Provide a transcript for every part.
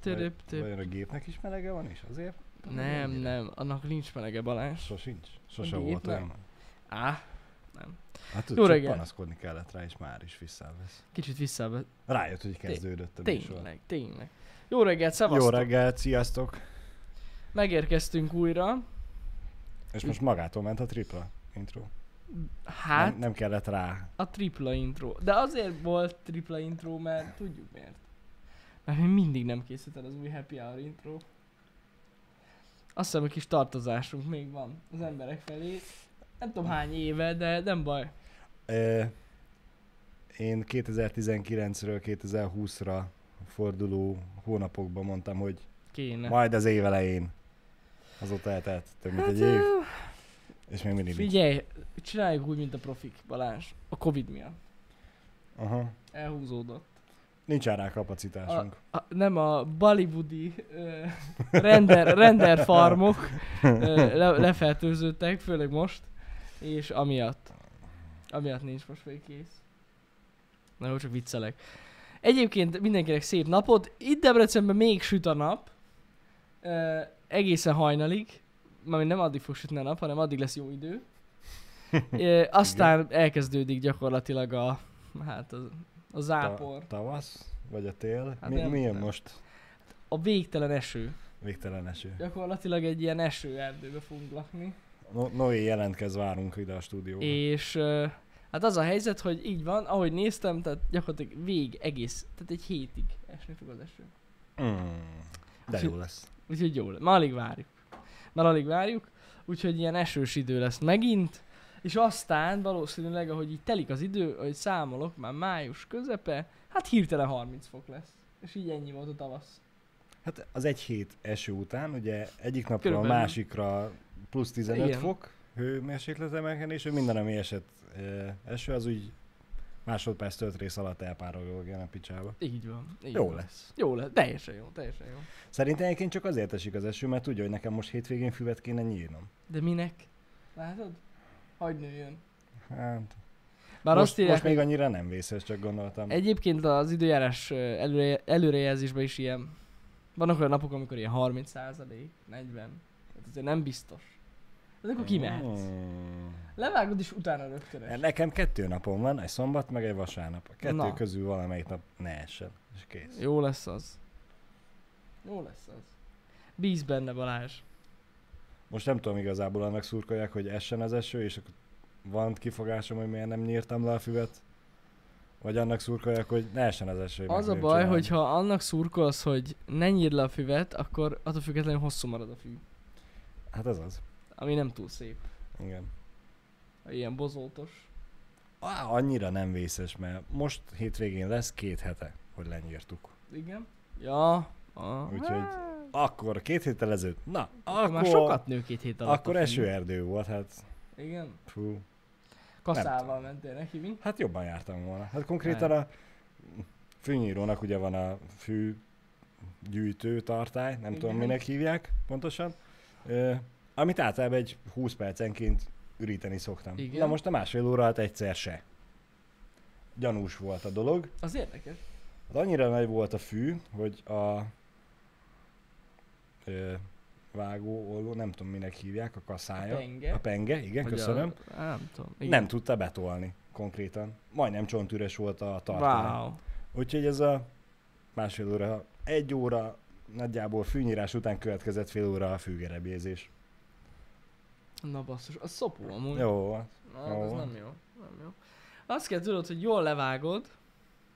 Töröp, töröp. Vajon a gépnek is melege van, és azért Nem, nem, annak nincs melege Balázs. sosincs. A Sose volt gépnek? olyan. Á, Hát Jó tudod, csak reggelt. panaszkodni kellett rá, és már is visszavesz. kicsit vissza. Rájött, hogy kezdődött a műsor. Tényleg, tényleg. Jó reggelt, Jó szevasztok! reggelt, sziasztok! Megérkeztünk újra. És most magától ment a tripla intro. Hát, Nem, nem kellett rá. a tripla intro. De azért volt tripla intro, mert tudjuk miért. Mert még mindig nem készült el az új Happy Hour intro. Azt hiszem, egy kis tartozásunk még van az emberek felé. Nem tudom hány éve, de nem baj. Ö, Én 2019-ről 2020-ra forduló hónapokban mondtam, hogy Kéne. majd az év elején. Azóta eltelt több mint egy év, és még mindig nincs. Hát, Figyelj, csináljuk úgy, mint a profik, Balázs. A Covid miatt. Aha. Elhúzódott. Nincs rá kapacitásunk. A, nem a bollywoodi ö, render, render farmok ö, le, lefertőződtek, főleg most, és amiatt. Amiatt nincs most még kész. Na jó, csak viccelek. Egyébként mindenkinek szép napot. Itt Debrecenben még süt a nap. Ö, egészen hajnalig. Mármint nem addig fog sütni a nap, hanem addig lesz jó idő. Ö, aztán elkezdődik gyakorlatilag a, hát a, a zápor. Ta- tavasz? Vagy a tél? Hát Hát Mi, nem milyen tudom. most A végtelen eső. végtelen eső? Gyakorlatilag egy ilyen esőerdőbe fogunk lakni. No- Noé jelentkez, várunk ide a stúdióba. És ö, hát az a helyzet, hogy így van, ahogy néztem, tehát gyakorlatilag vég egész, tehát egy hétig esni fog az eső. Mm, Hát de jó lesz. Úgyhogy jó, le- ma alig várjuk. Már alig várjuk, úgyhogy ilyen esős idő lesz megint, és aztán valószínűleg, ahogy így telik az idő, ahogy számolok, már május közepe, hát hirtelen 30 fok lesz. És így ennyi volt a tavasz. Hát az egy hét eső után, ugye egyik napról Körülbelül. a másikra plusz 15 Igen. Igen. fok hőmérséklet emelkedés, hogy minden, ami esett e, eső, az úgy másodperc tölt rész alatt elpárolog ilyen a picsába. Így van. Így Jó van. lesz. Jó lesz, teljesen jó, teljesen jó. Szerintem egyébként csak azért esik az eső, mert tudja, hogy nekem most hétvégén füvet kéne nyírnom. De minek? Látod? Hagyd nőjön. Hát, Bár most, azt írják, most még annyira nem vészes, csak gondoltam. Egyébként az időjárás ö, előre, előrejelzésben is ilyen. Vannak olyan napok, amikor ilyen 30 százalék, 40. Tehát azért nem biztos. Ez akkor kimehetsz. Mm. Levágod is utána rögtön. Nekem kettő napom van, egy szombat, meg egy vasárnap. A kettő Na. Na. közül valamelyik nap ne essen, és kész. Jó lesz az. Jó lesz az. Bíz benne Balázs. Most nem tudom igazából annak szurkolják, hogy essen az eső, és akkor van kifogásom, hogy miért nem nyírtam le a füvet. Vagy annak szurkolják, hogy ne essen az eső. Az meg a nem baj, csinálom. hogyha annak szurkolsz, hogy ne nyírd le a füvet, akkor attól függetlenül hosszú marad a fű. Hát ez az. Ami nem túl szép. Igen. Ilyen bozótos. Á, annyira nem vészes, mert most hétvégén lesz két hete, hogy lenyírtuk. Igen. Ja. Ah. Úgyhogy akkor két héttel ezelőtt, na, Akkor már akkor, sokat nő két hét alatt. a akkor fű. esőerdő volt, hát Igen. fú. Kaszával mentél neki, mi? Hát jobban jártam volna. Hát konkrétan a fűnyírónak ugye van a fű gyűjtő tartály, nem tudom Igen. minek hívják pontosan, ö, amit általában egy 20 percenként üríteni szoktam. Igen. Na most a másfél óra alatt egyszer se. Gyanús volt a dolog. Az érdekes. Hát annyira nagy volt a fű, hogy a ö, vágó olló, nem tudom minek hívják, a kaszája. A penge. A penge, Hát, igen, Vagy köszönöm. A, á, nem tudom. Igen. Nem tudta betolni konkrétan. Majdnem csontüres volt a tartalom. Wow. Wow. Úgyhogy ez a másfél óra, egy óra nagyjából fűnyírás után következett fél óra a fűgerebjézés. Na basszus, az szopó amúgy. Jó, van. Na, hát az Jó. nem jó. Nem jó. Azt kell tudod, hogy jól levágod,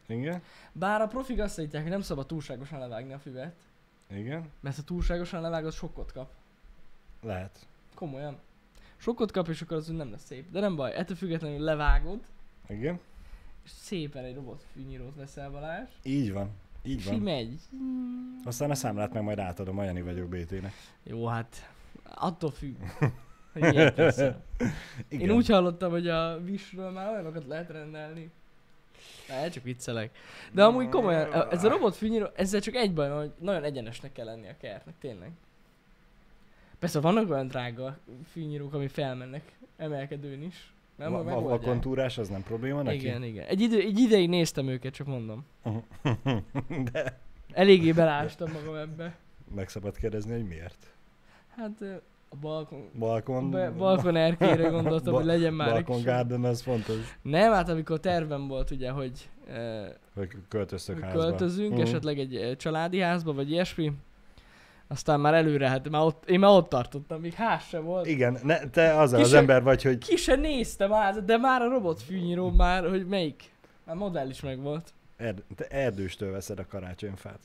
igen, bár a profik azt állítják, hogy nem szabad túlságosan levágni a füvet, igen, mert ha túlságosan levágod, sokkot kap. lehet. Komolyan. Sokkot kap, és akkor az úgy nem lesz szép. De nem baj, ettől függetlenül levágod, Igen, és szépen egy robot fűnyírót veszel Balázs, így van, így és így van. megy. Aztán a számlát meg majd átadom a Jani vagyok BT-nek. Jó, hát attól függ, hogy miért veszel. Igen. Én úgy hallottam, hogy a Visről már olyanokat lehet rendelni. Hát csak viccelek. De amúgy komolyan, ez a robot fűnyíró, ezzel csak egy baj van, hogy nagyon egyenesnek kell lenni a kertnek, tényleg. Persze vannak olyan drága fűnyírók, ami felmennek emelkedőn is. Nem, Va- a, va- a kontúrás az nem probléma neki? Igen, igen. Egy, idő, egy ideig néztem őket, csak mondom. De Eléggé belástam magam ebbe. Meg szabad kérdezni, hogy miért? Hát ö, a balkon... Balkon... Be, balkon erkére gondoltam, Ba- hogy legyen már egy balkon kis- garden, ez fontos, Nem, hát amikor tervem volt ugye, hogy ö, hogy költöztök házba. költözünk, Mhm. esetleg egy ö, családi házba, vagy ilyesmi. Aztán már előre, hát már ott, én már ott tartottam, még ház se volt. Igen, ne, te az az Kise- ember vagy, hogy Ki se néztem át, de már a robotfűnyíró már, hogy melyik. Már modell is megvolt. erd, te erdőstől veszed a karácsonyfát.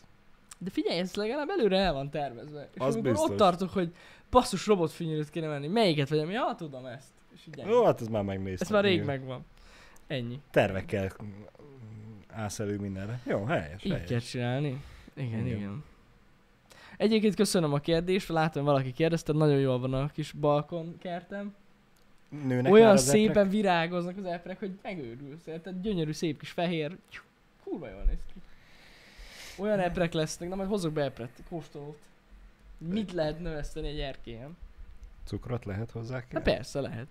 De figyelj, ez legalább előre el van tervezve. És Az amikor biztos. ott tartok, hogy basszus robotfűnyírót kéne menni, melyiket vegyem? Ja, tudom ezt. És így ennyi. Jó, hát ez már megnéztem. Ez már rég igen. megvan. Ennyi. Tervekkel állsz elő mindenre. Jó, helyes, Így kell helyes. csinálni. Igen, Igen. igen. igen. Egyébként köszönöm a kérdést, látom, valaki kérdezte, nagyon jól van a kis balkon kertem. Nőnek Nek Olyan már az szépen eprek? virágoznak az eprek, hogy megőrülsz, érted? Gyönyörű, szép kis fehér. Tyú, Kurva jól néz ki. Olyan eprek lesznek, na majd hozok be epret, kóstolót. Mit lehet növeszteni egy erkélyen? Cukrot lehet hozzá kell? Hát persze lehet.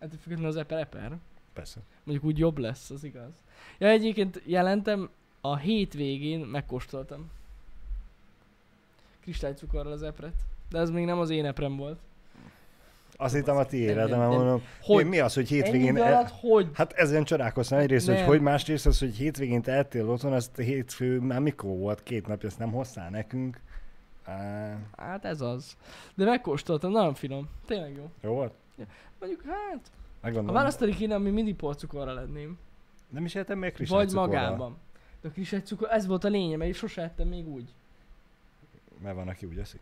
Hát függetlenül az eper eper. Persze. Mondjuk úgy jobb lesz, az igaz. Ja, egyébként jelentem, a hétvégén megkóstoltam. Kristálycukorral az epret. De ez még nem az én eprem volt. Azt hittem a tiére, de nem, már nem. mondom, hogy Hogy? mi az, hogy Ennyi hétvégén... idő el- alatt hogy? Hát ezen csodálkoztam egyrészt, hogy Nem. hogy másrészt az, hogy hétvégén te eltél otthon, azt hétfő már mikor volt, két napja, ezt nem hoztál nekünk. Á, Hát ez az. De megkóstoltam, nagyon finom. Tényleg jó. jó volt? Mondjuk hát, ha Megmondom. választani kéne, ami mindig porcukorra lenném. Nem is értem még kristály Vagy cukorral, magában. De a kristálycukor, ez volt a lényeg, mert én sose ettem még úgy. Mert van, aki úgy eszik.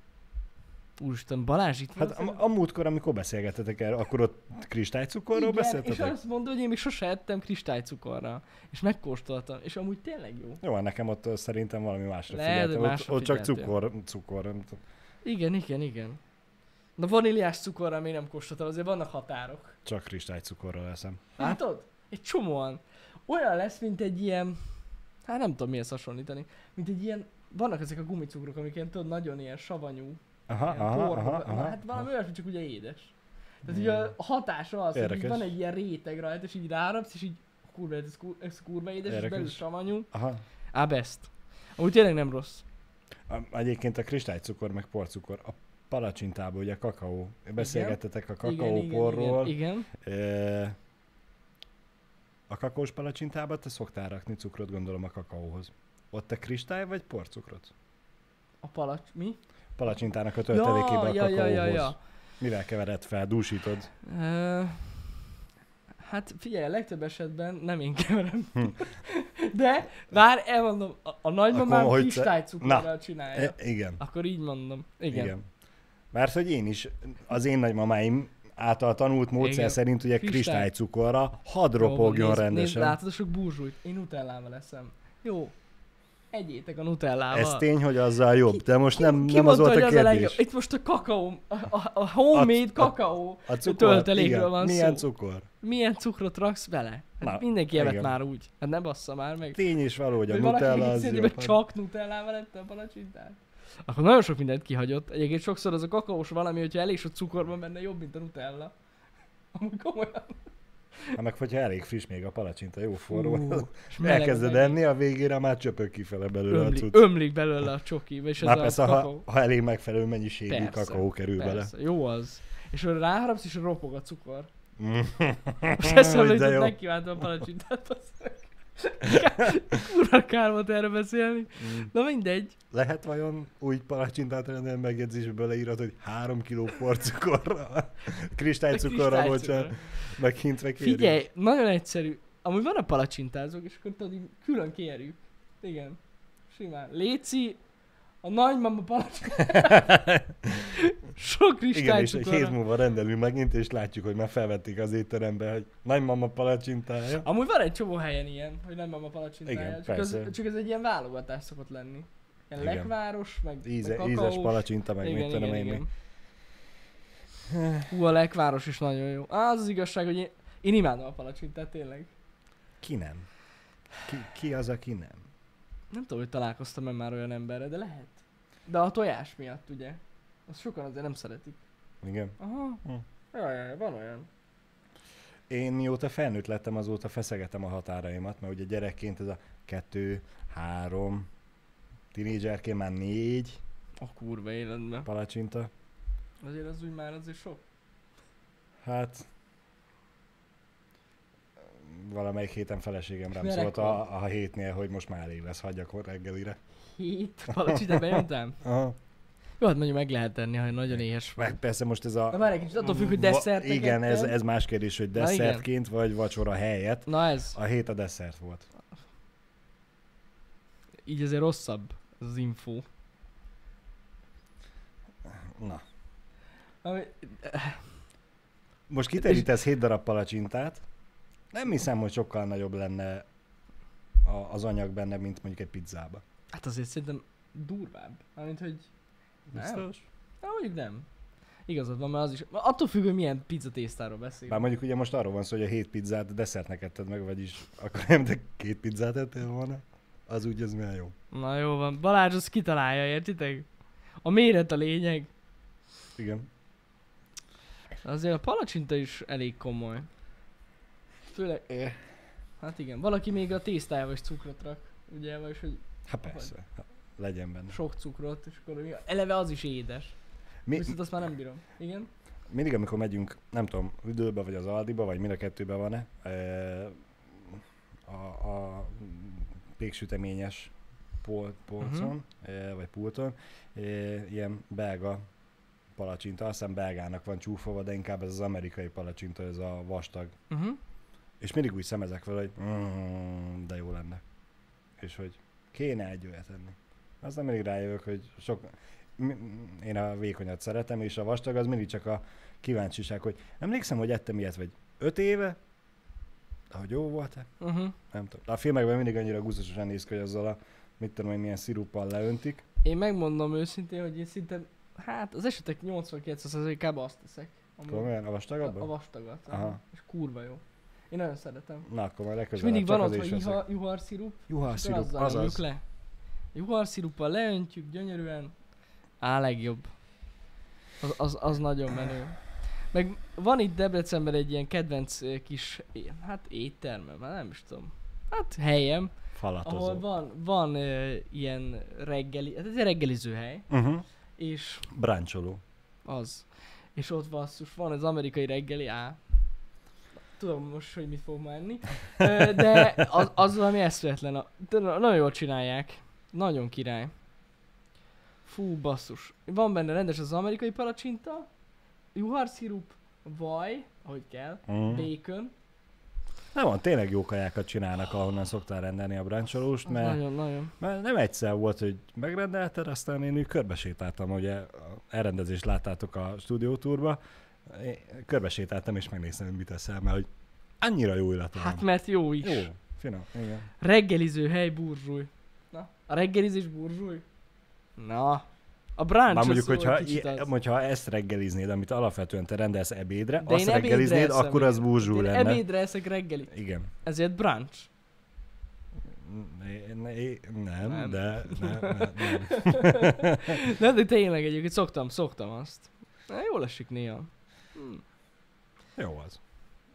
Úristen, Balázs itt Hát a, a múltkor, amikor beszélgetetek erről, akkor ott kristálycukorról és beszéltetek? azt mondod, hogy én még sose ettem kristálycukorra. És megkóstoltam, és amúgy tényleg jó. Jó, hát nekem ott ö, szerintem valami másra Lehet, hogy figyeltem. Ott, másra ott csak figyeltél. cukor, cukor. nem tudom. Igen, igen, igen. Na vaníliás cukorra még nem kóstoltam, azért vannak határok. Csak kristálycukorral eszem. Látod? Egy csomóan. Olyan lesz, mint egy ilyen... Hát nem tudom mihez hasonlítani. Mint egy ilyen... Vannak ezek a gumicukrok, amik ilyen, tudod, nagyon ilyen savanyú. Aha, ilyen aha, porba- aha, aha, hát valami aha. olyasmi, csak ugye édes. Tehát ugye a hatása az, hogy így Érdekes. van egy ilyen réteg rajta, és így rárapsz, és így kurva, ez, kur- ez kurva édes, és Érdekes. belül savanyú. aha. Á, best. Amúgy tényleg nem rossz. A- Egyébként a kristálycukor meg porcukor. A palacsintában ugye kakaó. Beszélgettetek a igen, kakaóporról. igen. Ö, A kakaós palacsintába te szoktál rakni cukrot, gondolom a kakaóhoz. Ott te kristály vagy porcukrot? A palacs, mi? Palacsintának a töltelékébe a ja, ja, kakaóhoz. ja, ja. Mivel kevered fel, dúsítod? Ö, Hát figyelj, a legtöbb esetben nem én keverem. Hm. De vár, elmondom, a, a nagymamám Akkor, hogy te- kristálycukorral csinálja. E, igen. Akkor így mondom. Ah, Igen. Igen. Mert hogy én is, az én nagymamáim által tanult módszer Igen. szerint ugye Kristály. Jó kristálycukorra van, hadropogjon nézd- rendesen. Nézd, látod, a sok burzsújt. Én nutellával eszem. Jó. Egyétek a nutellával. Ez tény, hogy azzal jobb, de most nem, Ki nem az volt mondta, a hogy kérdés. legjobb? Itt most a kakaó, a, a, a homemade A- a- kakaó. a töltelékről igen. van Milyen szó. cukor? Milyen cukrot raksz bele? Hát Na, mindenki evett igen. már úgy. Hát ne bassza már meg. Tény és való, hogy a Hogy valaki Nutella így az szedi, jobb. mert csak nutellával ette a palacsintát. Akkor nagyon sok mindent kihagyott. Egyébként sokszor az a kakaós valami, hogyha elég sok cukor van benne, jobb, mint a nutella. Amúgy komolyan. Hát meg hogyha elég friss még a palacsinta, jó forró. Ú, Uh, és meleg Elkezded meg. enni, a végére már csöpög kifele belőle a Ömlik, cucc. ömlik belőle a csoki, és Már ez persze, a ha, kakaó. ha elég megfelelő mennyiségű Persze, kakaó kerül Persze, jó az. És akkor ráharapsz, és ropog a cukor. bele. Most eszembe Hogy de jutott, jó. megkívántam a palacsintát, azt Kurva kár volt erre beszélni. Mm. Na mindegy. Lehet vajon úgy palacsintát rendelni megjegyzésbe leírod, hogy 3 kg porcukorra, kristálycukorra, bocsánat, meghintve kérjük. Figyelj, nagyon egyszerű. Amúgy van a palacsintázók, és akkor tudod, így külön kérjük. Igen. Simán. Léci, a nagymama palacsintázók. Sok Igen, és egy hét kristálycukorra. múlva rendelünk megint, és látjuk, hogy már felvették az étterembe, hogy nagymama palacsintája. Amúgy van egy csomó helyen ilyen, hogy nagymama palacsintája. Igen, csak, az, persze. csak ez egy ilyen válogatás szokott lenni. Ilyen Igen. lekváros, meg, Íze, meg ízes kakaós. palacsinta, meg mit igen, tudom igen, én mi. igen. Hú, a lekváros is nagyon jó. Á, az az igazság, hogy én, én imádom a palacsintát, tényleg. Ki nem? Ki, ki az, aki nem? Nem tudom, hogy találkoztam-e már olyan emberre, de lehet. De a tojás miatt, ugye? Azt sokan azért nem szeretik. Igen. Aha. Hm. Jaj, jaj, van olyan. Én mióta felnőtt lettem, azóta feszegetem a határaimat, mert ugye gyerekként ez a kettő, három, Tinédzserként már négy A kurva életben. palacsinta. Azért az úgy már azért sok. Hát valamelyik héten feleségem rám Meleg szólt van. a, a, hétnél, hogy most már elég lesz, hagyjak hol reggelire. Hét palacsita bejöttem? Aha. Jó, hát mondjuk meg lehet tenni, ha nagyon éhes vagy. Meg persze most ez a... Na várj egy kicsit, attól függ, hogy Va- desszertet Igen, ez, ettem. ez más kérdés, hogy Na igen. desszertként vagy vacsora helyett. Na ez, A hét a desszert volt. így azért rosszabb ez az info. Na. Ami, Most kiterítesz 7 darab palacsintát. Nem hiszem, hogy sokkal nagyobb lenne a, az anyag benne, mint mondjuk egy pizzába. hát azért szerintem durvább. Amint, hogy... Nem. Biztos? Na, mondjuk nem. Igazad van, mert az is... Attól függ, hogy milyen pizza tésztáról Bár beszélünk. mondjuk ugye most arról van szó, hogy a hét pizzát desszertnek etted meg, vagyis akkor nem, de két pizzát ettél volna. Az úgy, az milyen jó. Na jó van, Balázs azt kitalálja, értitek? A méret a lényeg. Igen. Azért a palacsinta is elég komoly. Főleg, hát igen, valaki még a tésztájába is cukrot rak. Ugye, vagyis hogy Hát persze. Hát, Legyen benne. sok cukrot, és akkor mi- eleve az is édes. Mi, Viszont azt már nem bírom. Igen? Mindig, amikor megyünk, nem tudom, Lidlbe vagy az Aldiba, vagy mind a kettőben van-e, ö, a, a péksüteményes pol, polcon, uh-huh. vagy pulton, ö, ilyen belga palacsinta, azt hiszem belgának van csúfolva, de inkább ez az amerikai palacsinta, ez a vastag. Uh-huh. És mindig úgy szemezek vele, hogy mm, de jó lenne. És hogy kéne egy olyat enni. Aztán mindig rájövök, hogy sok... mi- m- Én a vékonyat szeretem, és a vastag az mindig csak a kíváncsiság, hogy emlékszem, hogy ettem ilyet, vagy öt éve, de hogy jó volt-e? Uh-huh. Nem tudom. De a filmekben mindig annyira gusztusosan néz ki, hogy azzal a mit tudom én, milyen sziruppal leöntik. Én megmondom őszintén, hogy én szinte, hát az esetek 89%-ában azt teszek. amúgy. Komolyan, a vastag a, a abban? vastagat. Aha. Aha. És kurva jó. Én nagyon szeretem. Na, akkor majd És legközelebb mindig van csak ott, azért hogy is veszek. juha, juharszirup, Juharszirup, és akkor azzal nyomjuk azaz. le. Juharsziruppal leöntjük gyönyörűen. Á, legjobb. Az, az, az nagyon menő. Meg van itt Debrecenben egy ilyen kedvenc eh, kis, é- hát éttermem, már nem is tudom. Hát helyem, ahol Falatozó. van, van uh, ilyen reggeli, hát ez egy reggeliző hely, Uh-huh. és Bráncsoló. az. És ott basszus, van az amerikai reggeli, á. Tudom most, hogy mit fog menni. Ö, De az, az valami eszvetlen. a- de na- Nagyon jól csinálják. Nagyon király. Fú, basszus. Van benne rendes az amerikai palacsinta, juharszirup, vaj, ahogy kell, Mm. bacon. Nem van, tényleg jó kajákat csinálnak, ahonnan szoktál rendelni a bráncsolóst, Az mert, Nagyon, nagyon. mert nem egyszer volt, hogy megrendelted, aztán én úgy körbesétáltam, ugye a elrendezést láttátok a stúdiótúrba, én körbesétáltam és megnéztem, hogy mit eszel, mert hogy annyira jó illata Hát van. mert jó is. Jó, finom, igen. Reggeliző hely burzsúj. Na, a reggelizés burzsúj? Na. A brunch Bár mondjuk, az jó, hogyha, kicsit az. i- hogyha ezt reggeliznéd, amit alapvetően te rendelsz ebédre, De azt én ebédre reggeliznéd, eszem, akkor az igen. Hát búzsú Én lenne. ebédre eszek reggelit. Igen. Ezért brunch. Né- né- Nem, Nem. nem, de nem, nem, nem. Nem, de tényleg egyébként szoktam, szoktam azt. Na, jól esik néha. Hm. Jó az.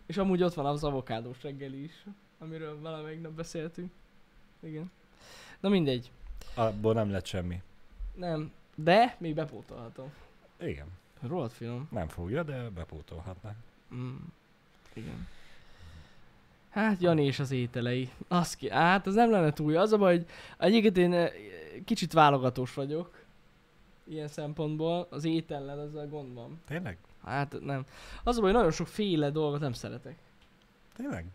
És amúgy ott van az avokádós reggeli is, amiről valamelyik nap beszéltünk. Igen. Na mindegy. Abból nem lett semmi. Nem. De még bepótolhatom. Igen. Rohadt finom. Nem fogja, de bepótolhatná. Mm. Igen. Hát Jani és az ételei. Az ki, hát az nem lenne túl jó. Az a baj, hogy egyébként én eh, kicsit válogatós vagyok. Ilyen szempontból. Az étellel azzal gond van. Tényleg? Hát nem. Az a baj, hogy nagyon sokféle dolgot nem szeretek. Tényleg?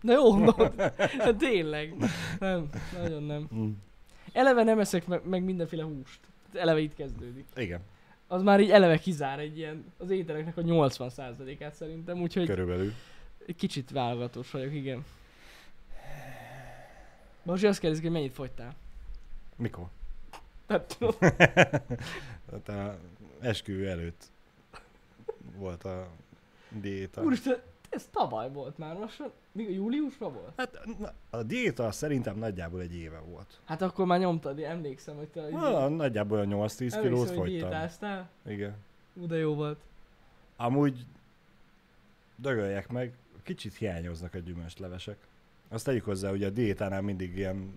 Na jó, no, hát tényleg. Nem, nagyon nem. Mm. Eleve nem eszek meg, meg mindenféle húst. Tehát Eleve itt kezdődik. Igen, Az már így eleve kizár egy ilyen, az ételeknek a 80%-át szerintem, úgyhogy körülbelül. Egy Kicsit válogatós vagyok, igen. Most azt kérdezik, hogy mennyit fogytál? Mikor? Tehát, Hát a esküvő előtt volt a diéta. úristen, ez tavaly volt már, most még júliusban volt? Hát na, a diéta szerintem nagyjából egy éve volt. Hát akkor már nyomtad, én emlékszem, hogy te... Na, nagyjából olyan 8-10 kilót hogy Ah, fogytam. diétáztál. Igen. Ú, de jó volt. Amúgy dögöljek meg, kicsit hiányoznak a gyümölcslevesek. Azt tegyük hozzá, hogy a diétánál mindig ilyen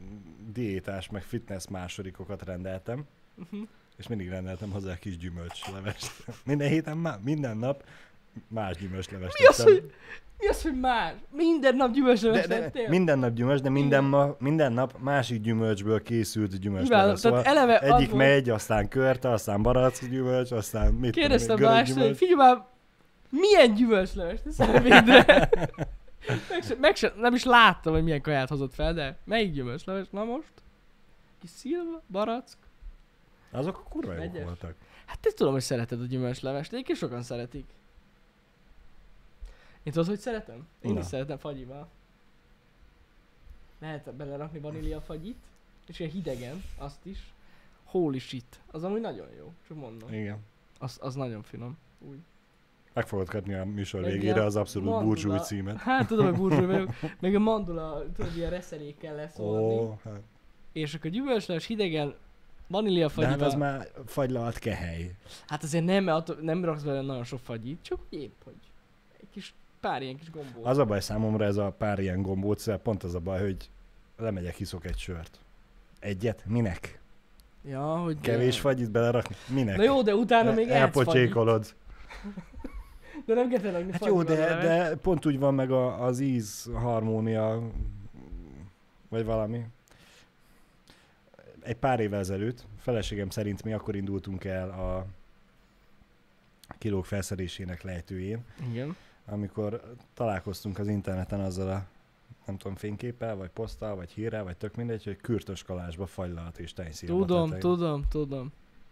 diétás, meg fitness másodikokat rendeltem, Mhm. és mindig rendeltem hozzá egy kis gyümölcslevest. Minden héten, má, minden nap más gyümölcslevest Mi az, ettem. hogy- Mi az, hogy már? Minden nap gyümölcsövet de, de, minden nap gyümölcs, de minden, ma, minden nap másik gyümölcsből készült Imádom, gyümölcsleves. tehát Szóval eleve az egyik volt- megy, aztán körte, aztán barack gyümölcs, aztán mit tudom én, Kérdeztem görög Balázs, hogy gyümölcs. figyelj már, milyen gyümölcslevest teszel ebédre? meg se, meg se, nem is láttam, hogy milyen kaját hozott fel, de melyik gyümölcsleves? Na most? Kis szilva, barack. Azok kurva jók Vegyes. voltak. Hát te tudom, hogy szereted a gyümölcslevest, egyébként sokan szeretik. Én tudod, hogy szeretem? Én Na. is szeretem fagyival. Lehet belerakni vanília fagyit, és ilyen hidegen, azt is. Holy shit, az amúgy nagyon jó, csak mondom. Igen. Az, az nagyon finom. Úgy. Meg fogod kapni a műsor Meg végére ilyen az abszolút mandula. burcsúi címet. Hát tudom, hogy burzsúj vagyok. Meg a mandula, tudod, ilyen reszelékkel leszólni. Ó, Oh. hát. És akkor gyümölcslös hidegen, vanília De hát fagyival. az Hát, már... már fagylalt kehely. hát azért nem, mert attól- nem raksz bele nagyon sok fagyit, csak úgy épp, hogy egy kis pár ilyen kis gombó. Az... Az a baj számomra ez a pár ilyen gombócel, pont az a baj, hogy lemegyek, hiszok egy sört. Egyet? Minek? Ja, hogy... Kevés fagyit belerakni? Minek? E- Na jó, de utána még ehetsz fagyit. Elpocsékolod. De nem kell tenni Hát jó, de, de pont úgy van meg a, az íz harmónia, vagy valami. Egy pár évvel ezelőtt, feleségem szerint mi akkor indultunk el a kilók felszerésének lejtőjén, Igen. amikor találkoztunk az interneten azzal a nem tudom, fényképpel, vagy poszttal, vagy hírrel, vagy tök mindegy, hogy kürtös kalásba fagylalt és tenyszírba Tudom, tettek. tudom, tudom.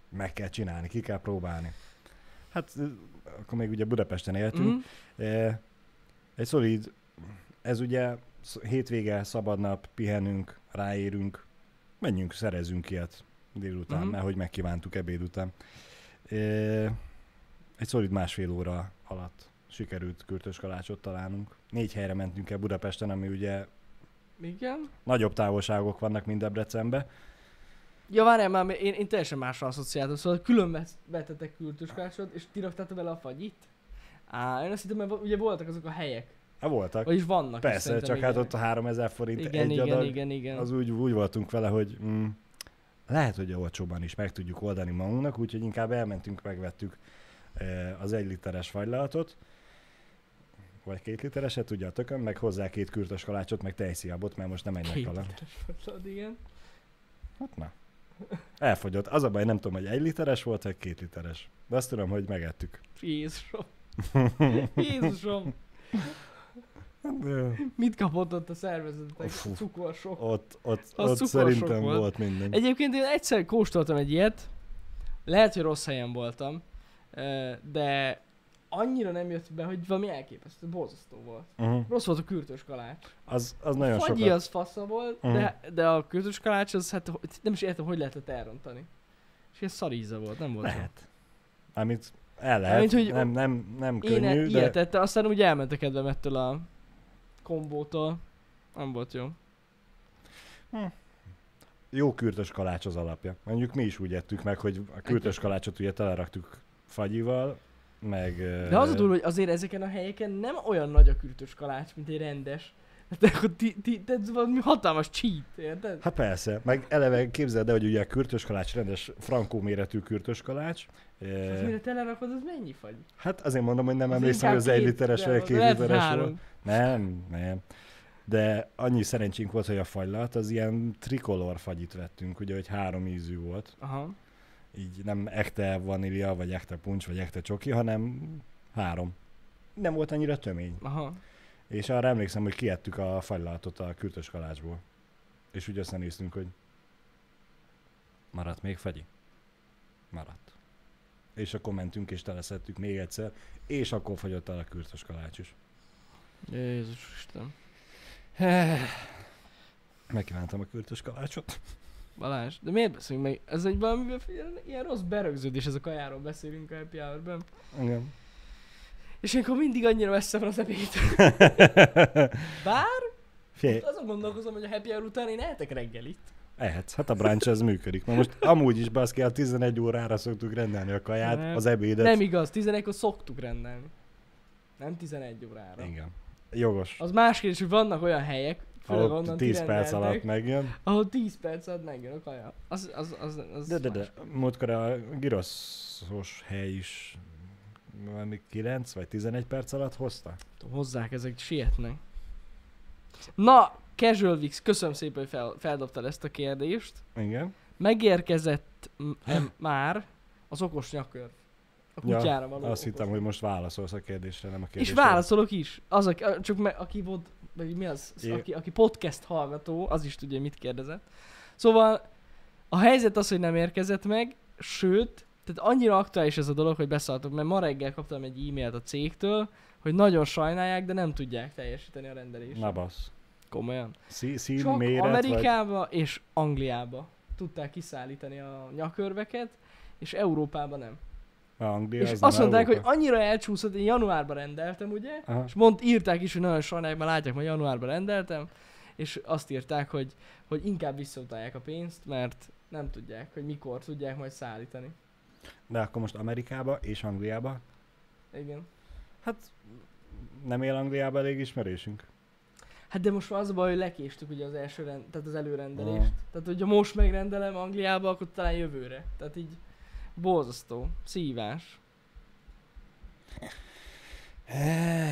Meg kell csinálni, ki kell próbálni. Hát ö, akkor még ugye Budapesten éltünk, Mm. E, Egy szolid, ez ugye sz- hétvége, szabad nap, pihenünk, ráérünk, menjünk, szerezünk ilyet délután, Mhm. mm-hmm. mert hogy megkívántuk ebéd után. E, Egy szolid másfél óra alatt sikerült kürtös kalácsot találnunk. Négy helyre mentünk el Budapesten, ami ugye Igen. nagyobb távolságok vannak, mint Debrecenbe. Ja, várjál már, mert én, én teljesen másra asszociáltam, szóval külön vesz- vetetek kürtőskácsot, és ti raktátok bele a fagyit? Á, én azt hittem, mert va- ugye voltak azok a helyek, Hát voltak. vagyis vannak. is Persze, szerintem, csak hát igen. ott a 3000 forint igen, egy igen, adag, igen, igen, az úgy, úgy voltunk vele, hogy mm, lehet, hogy olcsóban is meg tudjuk oldani magunknak, úgyhogy inkább elmentünk, megvettük eh, az egy literes fagylaltot, vagy két litereset, ugye a tökön, meg hozzá két kürtös kalácsot, meg tejsziabot, mert most nem egy Két kala. literes fagylaltot, igen. Hát na. Elfogyott. Az a baj, nem tudom, hogy egy literes volt, vagy két literes. De azt tudom, hogy megettük. Jézusom. Jézusom. Mit kapott ott a szervezetek? Hát, Fú. Cukorsok. Ott, ott, Az ott cukorsok szerintem volt. volt, minden. Egyébként én egyszer kóstoltam egy ilyet, lehet, hogy rossz helyen voltam, ö, de annyira nem jött be, hogy valami elképesztő, borzasztó volt. Uh-huh. Rossz volt a kürtös kalács. Az, az Nagyon nagyon Fagyi sokat. az fasza volt, Mhm. de, de a kürtös kalács az, hát hogy- nem is értem, hogy lehetett elrontani. És ilyen szaríza volt, nem volt. jó. Lehet. Amit el lehet, Mármint, hogy nem, nem, nem Én e- könnyű, de... ilyet tettem, aztán úgy elment a kedvem ettől a kombótól. Nem volt jó. jó kürtös kalács az alapja. Mondjuk mi is úgy ettük meg, hogy a kürtös kalácsot ugye teleraktuk fagyival, meg... De az a durva, hogy azért ezeken a helyeken nem olyan nagy a kürtös kalács, mint egy rendes. Tehát akkor ti, ti, te ez valami hatalmas cheat, érted? Hát persze, meg eleve képzeld el, hogy ugye a kürtös kalács rendes frankó méretű kürtös kalács. És Eh, mire telerakod, az mennyi fagy? Hát azért mondom, hogy nem Az emlékszem, hogy az inkább egy két, literes de vagy az két lehet literes három. volt. Nem, nem. De annyi szerencsénk volt, hogy a fagylalt az ilyen trikolor fagyit vettünk, ugye, hogy három ízű volt. Aha. így nem ekte vanília, vagy ekte puncs, vagy ekte csoki, hanem három. Nem volt annyira tömény. Aha. És arra emlékszem, hogy kiettük a fagylaltot a kürtös kalácsból. És úgy összenéztünk, hogy maradt még fagyi? Maradt. És akkor mentünk és teleszettük még egyszer, és akkor fogyott el a kürtös kalács is. Jézus Isten. Megkívántam a kürtös kalácsot. Balázs, de miért beszélünk meg? Ez egy valami ilyen- ilyen rossz berögződés, ez a kajáról beszélünk a happy hour-ben. Igen. És akkor mindig annyira messze van az ebéd. Bár Figyelj, azon gondolkozom, hogy a happy hour után én eltek reggelit. Ehetsz, hát a brunch ez működik. Mert most amúgy is baszki, a 11 órára szoktuk rendelni a kaját, Nem. Hát, az ebédet. Nem igaz, 11-kor szoktuk rendelni. Nem 11 órára. Igen. Jogos. Az más kérdés, hogy vannak olyan helyek, Főleg ahol onnan 10 perc rendeltek. alatt megjön. Ahol 10 perc alatt megjön a kaja. Az, az, az, az De, de, más. de, múltkor a giroszos hely is valami 9 vagy 11 perc alatt hozta. Tudom, hozzák, ezek sietnek. Na, Casual Vix, köszönöm szépen, hogy fel, feldobtad ezt a kérdést. Igen. Megérkezett m- em- már az okos nyakör. A Ja, kutyára való Azt okos hittem, hogy most válaszolsz a kérdésre, nem a És kérdésre. válaszolok is. Az, aki, a- csak me, aki, pod, vagy mi az, É. aki, aki podcast hallgató, az is tudja, mit kérdezett. Szóval a helyzet az, hogy nem érkezett meg, sőt, tehát annyira aktuális ez a dolog, hogy beszálltok, mert ma reggel kaptam egy e-mailt a cégtől, hogy nagyon sajnálják, de nem tudják teljesíteni a rendelést. Na basz. Komolyan. Szí- Szín, Csak méret, vagy... Amerikába és Angliába tudták kiszállítani a nyakörveket, és Európában nem. Ah, Anglia, és az nem azt mondták, Európa. hogy annyira elcsúszott, én januárban rendeltem, ugye? Aha. És mond, írták is, hogy nagyon sajnálják, mert látják, hogy januárban rendeltem, és azt írták, hogy, hogy inkább visszautalják a pénzt, mert nem tudják, hogy mikor tudják majd szállítani. De akkor most Amerikába és Angliába. Igen. Hát nem él Angliába elég ismerésünk. Hát de most már az a baj, hogy lekéstük ugye az első rend, tehát az előrendelést. Ah. Tehát, hogyha most megrendelem Angliába, akkor talán jövőre. Tehát így borzasztó, szívás.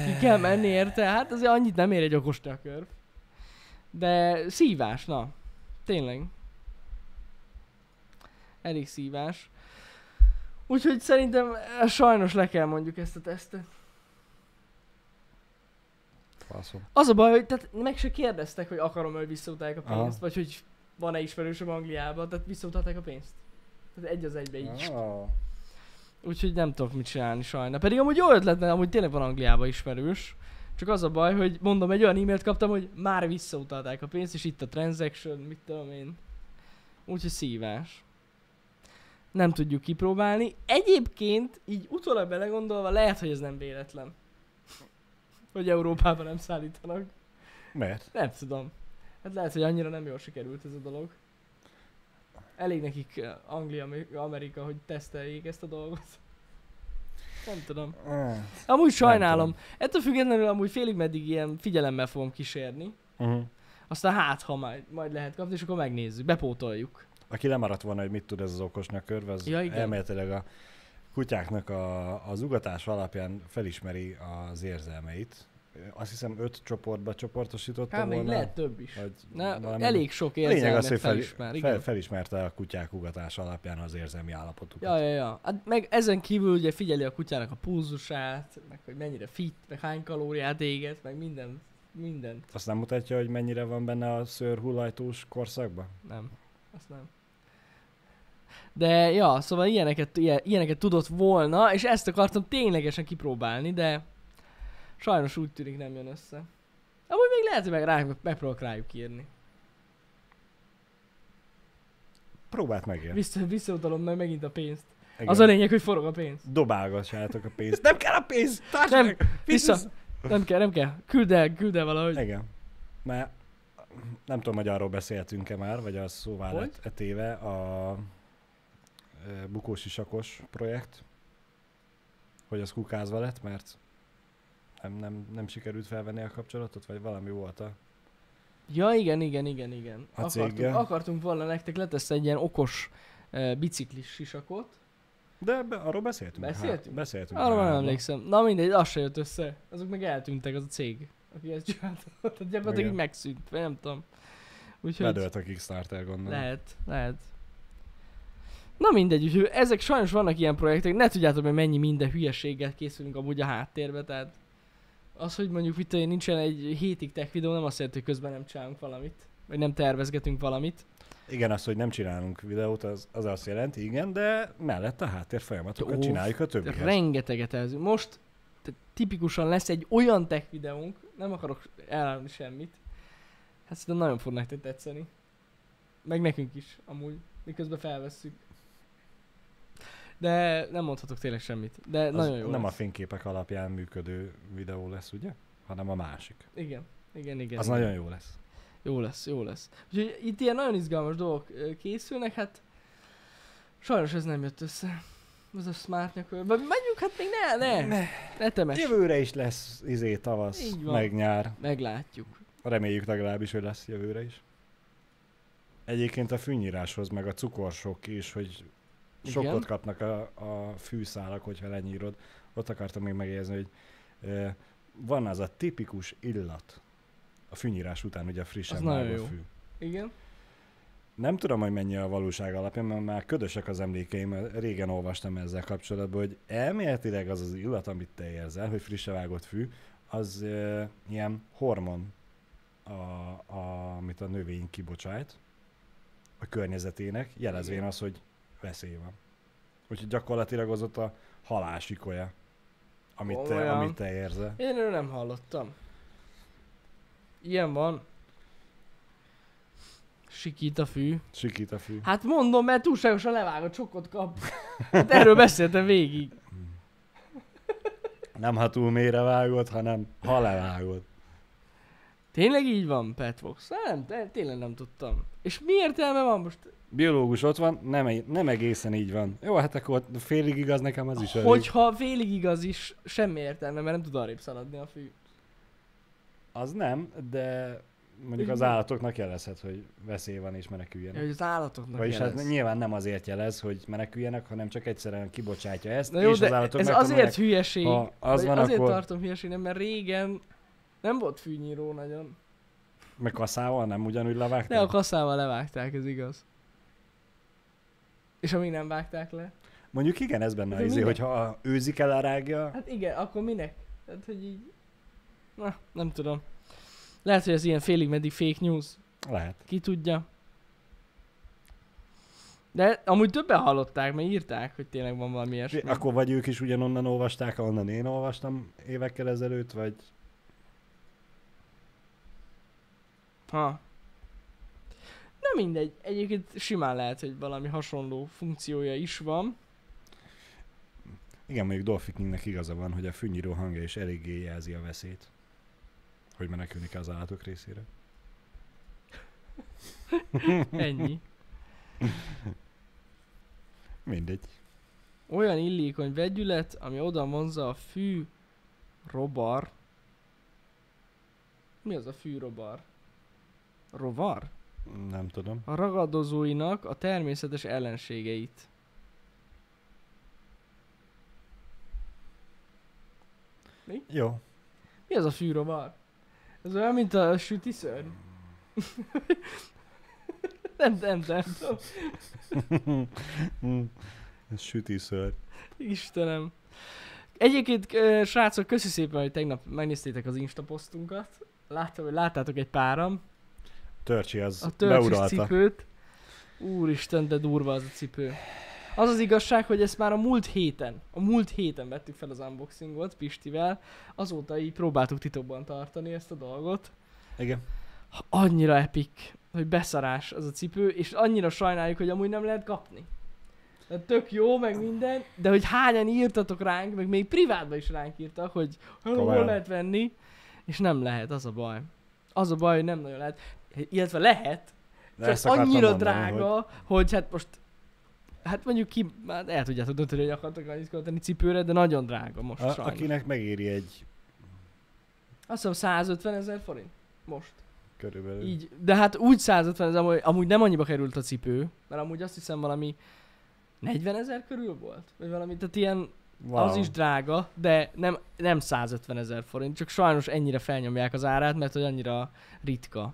Ki kell menni érte? Hát azért annyit nem ér egy okos körb. De szívás, na. Tényleg. Elég szívás. Úgyhogy szerintem eh, sajnos le kell mondjuk ezt a tesztet. Faszom. Az a baj, hogy tehát meg se kérdeztek, hogy akarom-e, hogy visszautalják a Aha. pénzt, vagy hogy van-e ismerősöm Angliában, tehát visszautalták a pénzt. Tehát egy az egybe így. Ah, Úgyhogy nem tudok mit csinálni sajna. Pedig amúgy jó ötlet, mert amúgy tényleg van Angliában ismerős. Csak az a baj, hogy mondom, egy olyan e-mailt kaptam, hogy már visszautalták a pénzt, és itt a transaction, mit tudom én. Úgyhogy szívás. Nem tudjuk kipróbálni. Egyébként, így utólag belegondolva, lehet, hogy ez nem véletlen. hogy Európában nem szállítanak. mert? Nem tudom. Hát lehet, hogy annyira nem jól sikerült ez a dolog. Elég nekik eh, Anglia, meg Amerika, hogy teszteljék ezt a dolgot. Nem tudom. Ah. Amúgy sajnálom. Ettől függetlenül amúgy félig meddig ilyen figyelemmel fogom kísérni. Uh-huh. Aztán hát, ha majd, majd lehet kapni, és akkor megnézzük, bepótoljuk. Aki lemaradt volna, hogy mit tud ez az okos nyakörv, az Ja, ja, igen. elméletileg a kutyáknak a, az ugatás alapján felismeri az érzelmeit. Azt hiszem öt csoportba csoportosította Hát még volna. lehet több is. Vagy Na, valami- elég sok A lényeg érzelmet az, hogy fel, felismer, igen. fel, felismerte a kutyák ugatása alapján az érzelmi állapotukat. Ja, ja, ja. Hát meg ezen kívül ugye figyeli a kutyának a pulzusát, meg hogy mennyire fit, meg hány kalóriát éget, meg minden, minden. Azt nem mutatja, hogy mennyire van benne a szőrhullajtós korszakban? Nem, azt nem. De ja, szóval ilyeneket, ilyen- ilyeneket tudott volna, és ezt akartam ténylegesen kipróbálni, de sajnos úgy tűnik nem jön össze. Amúgy még lehet, hogy meg rá, megpróbálok rájuk írni. Próbált megérni. Vissza, visszautalom meg megint a pénzt. Igen. Az a lényeg, hogy forog a pénz. Dobálgassátok a pénzt. Nem kell a pénz! Tartsd Nem, meg! vissza. Nem kell, nem kell. Küld el, küld el valahogy. Igen. Mert nem tudom, hogy arról beszéltünk-e már, vagy az szóvá Hogy? lett e téve a ö, bukós isakos projekt, hogy az kukázva lett, mert nem, nem, nem sikerült felvenni a kapcsolatot, vagy valami volt a... Ja, igen, igen, igen, igen. A Akartunk, céggel. akartunk volna nektek letesz egy ilyen okos uh, biciklis sisakot. De be, arról beszéltünk. Beszéltünk? Há, beszéltünk. Arra már nem hárman. emlékszem. Na mindegy, az se jött össze. Azok meg eltűntek, az a cég, aki ezt csinálta. Tehát gyakorlatilag Igen. így megszűnt, vagy nem tudom. Úgyhogy Bedölt a Kickstarter, gondolom. lehet, lehet. Na mindegy, úgyhogy ezek sajnos vannak ilyen projektek, ne tudjátok, hogy mennyi minden hülyeséggel készülünk amúgy a háttérbe, tehát az, hogy mondjuk itt nincsen egy hétig tech videó, nem azt jelenti, hogy közben nem csinálunk valamit, vagy nem tervezgetünk valamit. Igen, az, hogy nem csinálunk videót, az, az azt jelenti, igen, de mellette a háttér folyamatokat Ó, csináljuk a többihez. Rengeteget elzünk. Most t- tipikusan lesz egy olyan tech videónk, nem akarok elárulni semmit. Hát szerintem nagyon fog nektek tetszeni. Meg nekünk is, amúgy. Miközben felvesszük. De nem mondhatok tényleg semmit. De Az nagyon jó nem lesz. a fényképek alapján működő videó lesz, ugye? Hanem a másik. Igen. Igen, igen. Az igen. nagyon jó lesz. Jó lesz, jó lesz. Úgyhogy itt ilyen nagyon izgalmas dolgok ö, készülnek, hát sajnos ez nem jött össze. Ez a smart nyakor. Vagy Megyünk, hát még ne, ne. Ne, ne temess. Jövőre is lesz izé tavasz, Így van. meg nyár. Meglátjuk. Reméljük legalábbis, hogy lesz jövőre is. Egyébként a fűnyíráshoz, meg a cukorsok is, hogy sokkot Igen. kapnak a, a fűszálak, hogyha lenyírod. Ott akartam még megjegyezni, hogy e, van az a tipikus illat a fűnyírás után, ugye a frissen Az nagyon vágott jó. fű. Igen. Nem tudom, hogy mennyi a valóság alapján, mert már ködösek az emlékeim, régen olvastam ezzel kapcsolatban, hogy elméletileg az az illat, amit te érzel, hogy frisse vágott fű, az e, ilyen hormon, a, a, amit a növény kibocsájt a környezetének, jelezvén Igen. az, hogy veszély van. Úgyhogy gyakorlatilag az ott a halálsikolya, amit te, Komolyan. amit te érzel. Én erről nem hallottam. Ilyen van. Sikít a fű. Sikít a fű. Hát mondom, mert túlságosan levágott, sokkot kap. Hát erről beszéltem végig. Nem ha túl mélyre vágod, hanem ha levágod. Tényleg így van, Petvox? Hát Nem, te- tényleg nem tudtam. És mi értelme van most? Biológus ott van, nem, e- nem egészen így van. Jó, hát akkor félig igaz nekem az is. elég. Hogyha félig igaz is, semmi értelme, mert nem tud arrébb szaladni a fű. Az nem, de mondjuk az állatoknak jelezhet, hogy veszély van és meneküljenek. Hogy az állatoknak Vagyis hát jelez. nyilván nem azért jelez, hogy meneküljenek, hanem csak egyszerűen kibocsátja ezt, Na jó, és az de állatok ez azért megtanulják. hülyeség. Ha az Vagy van, azért akkor tartom hülyeségnek, mert régen nem volt fűnyíró nagyon. meg kaszával nem ugyanúgy De a levágták. kaszával levágták, ez igaz. És amíg nem vágták le. Mondjuk igen, ez benne De az izé, minek? hogyha őzik elárágja, Hát igen, akkor minek? Tehát, hogy így... Na, nem tudom. Lehet, hogy ez ilyen félig meddig fake news. lehet. Ki tudja. De amúgy többen hallották, mert írták, hogy tényleg van valami ilyesmi. Akkor vagy ők is ugyanonnan olvasták, ahonnan én olvastam évekkel ezelőtt, vagy Ha. Na mindegy, egyébként simán lehet, hogy valami hasonló funkciója is van. Igen, mondjuk Dolphinknek igaza van, hogy a fűnyíró hangja is eléggé jelzi a veszélyt. Hogy menekülni kell az állatok részére. Ennyi. Mindegy. Olyan illékony vegyület, ami oda vonzza a fű robar. Mi az a fű robar? Rovar? Nem tudom. A ragadozóinak a természetes ellenségeit. Jó. Mi az a fű rovar? Ez olyan, mint a süti szörny. nem, nem, nem. tudom. Mm. Ez sütiször. Istenem. Egyébként, ö, srácok, köszi szépen, hogy tegnap megnéztétek az Insta posztunkat. Láttam, hogy láttátok egy páram. Törcsi az A beuralta. törcsös cipőt. Úristen, de durva az a cipő. Az az igazság, hogy ezt már a múlt héten, a múlt héten vettük fel az unboxingot Pistivel, azóta így próbáltuk titokban tartani ezt a dolgot. Igen. Annyira epik, hogy beszarás az a cipő, és annyira sajnáljuk, hogy amúgy nem lehet kapni. De tök jó, meg minden, de hogy hányan írtatok ránk, meg még privátban is ránk írtak, hogy hello, hol Komolyan. lehet venni, és nem lehet, az a baj. Az a baj, hogy nem nagyon lehet, illetve lehet, De csak ezt akartam annyira mondani, drága, hogy... hogy hát most Hát mondjuk ki, hát el tudjátok dönteni, hogy akartok annyit költeni cipőre, de nagyon drága most Hogy a, a, sajnos. Akinek... akinek megéri egy Azt hiszem 150 ezer forint most. körülbelül. Így, de hát úgy 150 ezer, amúgy, amúgy nem annyiba került a cipő, mert amúgy azt hiszem valami 40 ezer körül volt, vagy valami, tehát ilyen, Valahol. az is drága, de nem, nem 150 ezer forint, csak sajnos ennyire felnyomják az árát, mert hogy annyira ritka.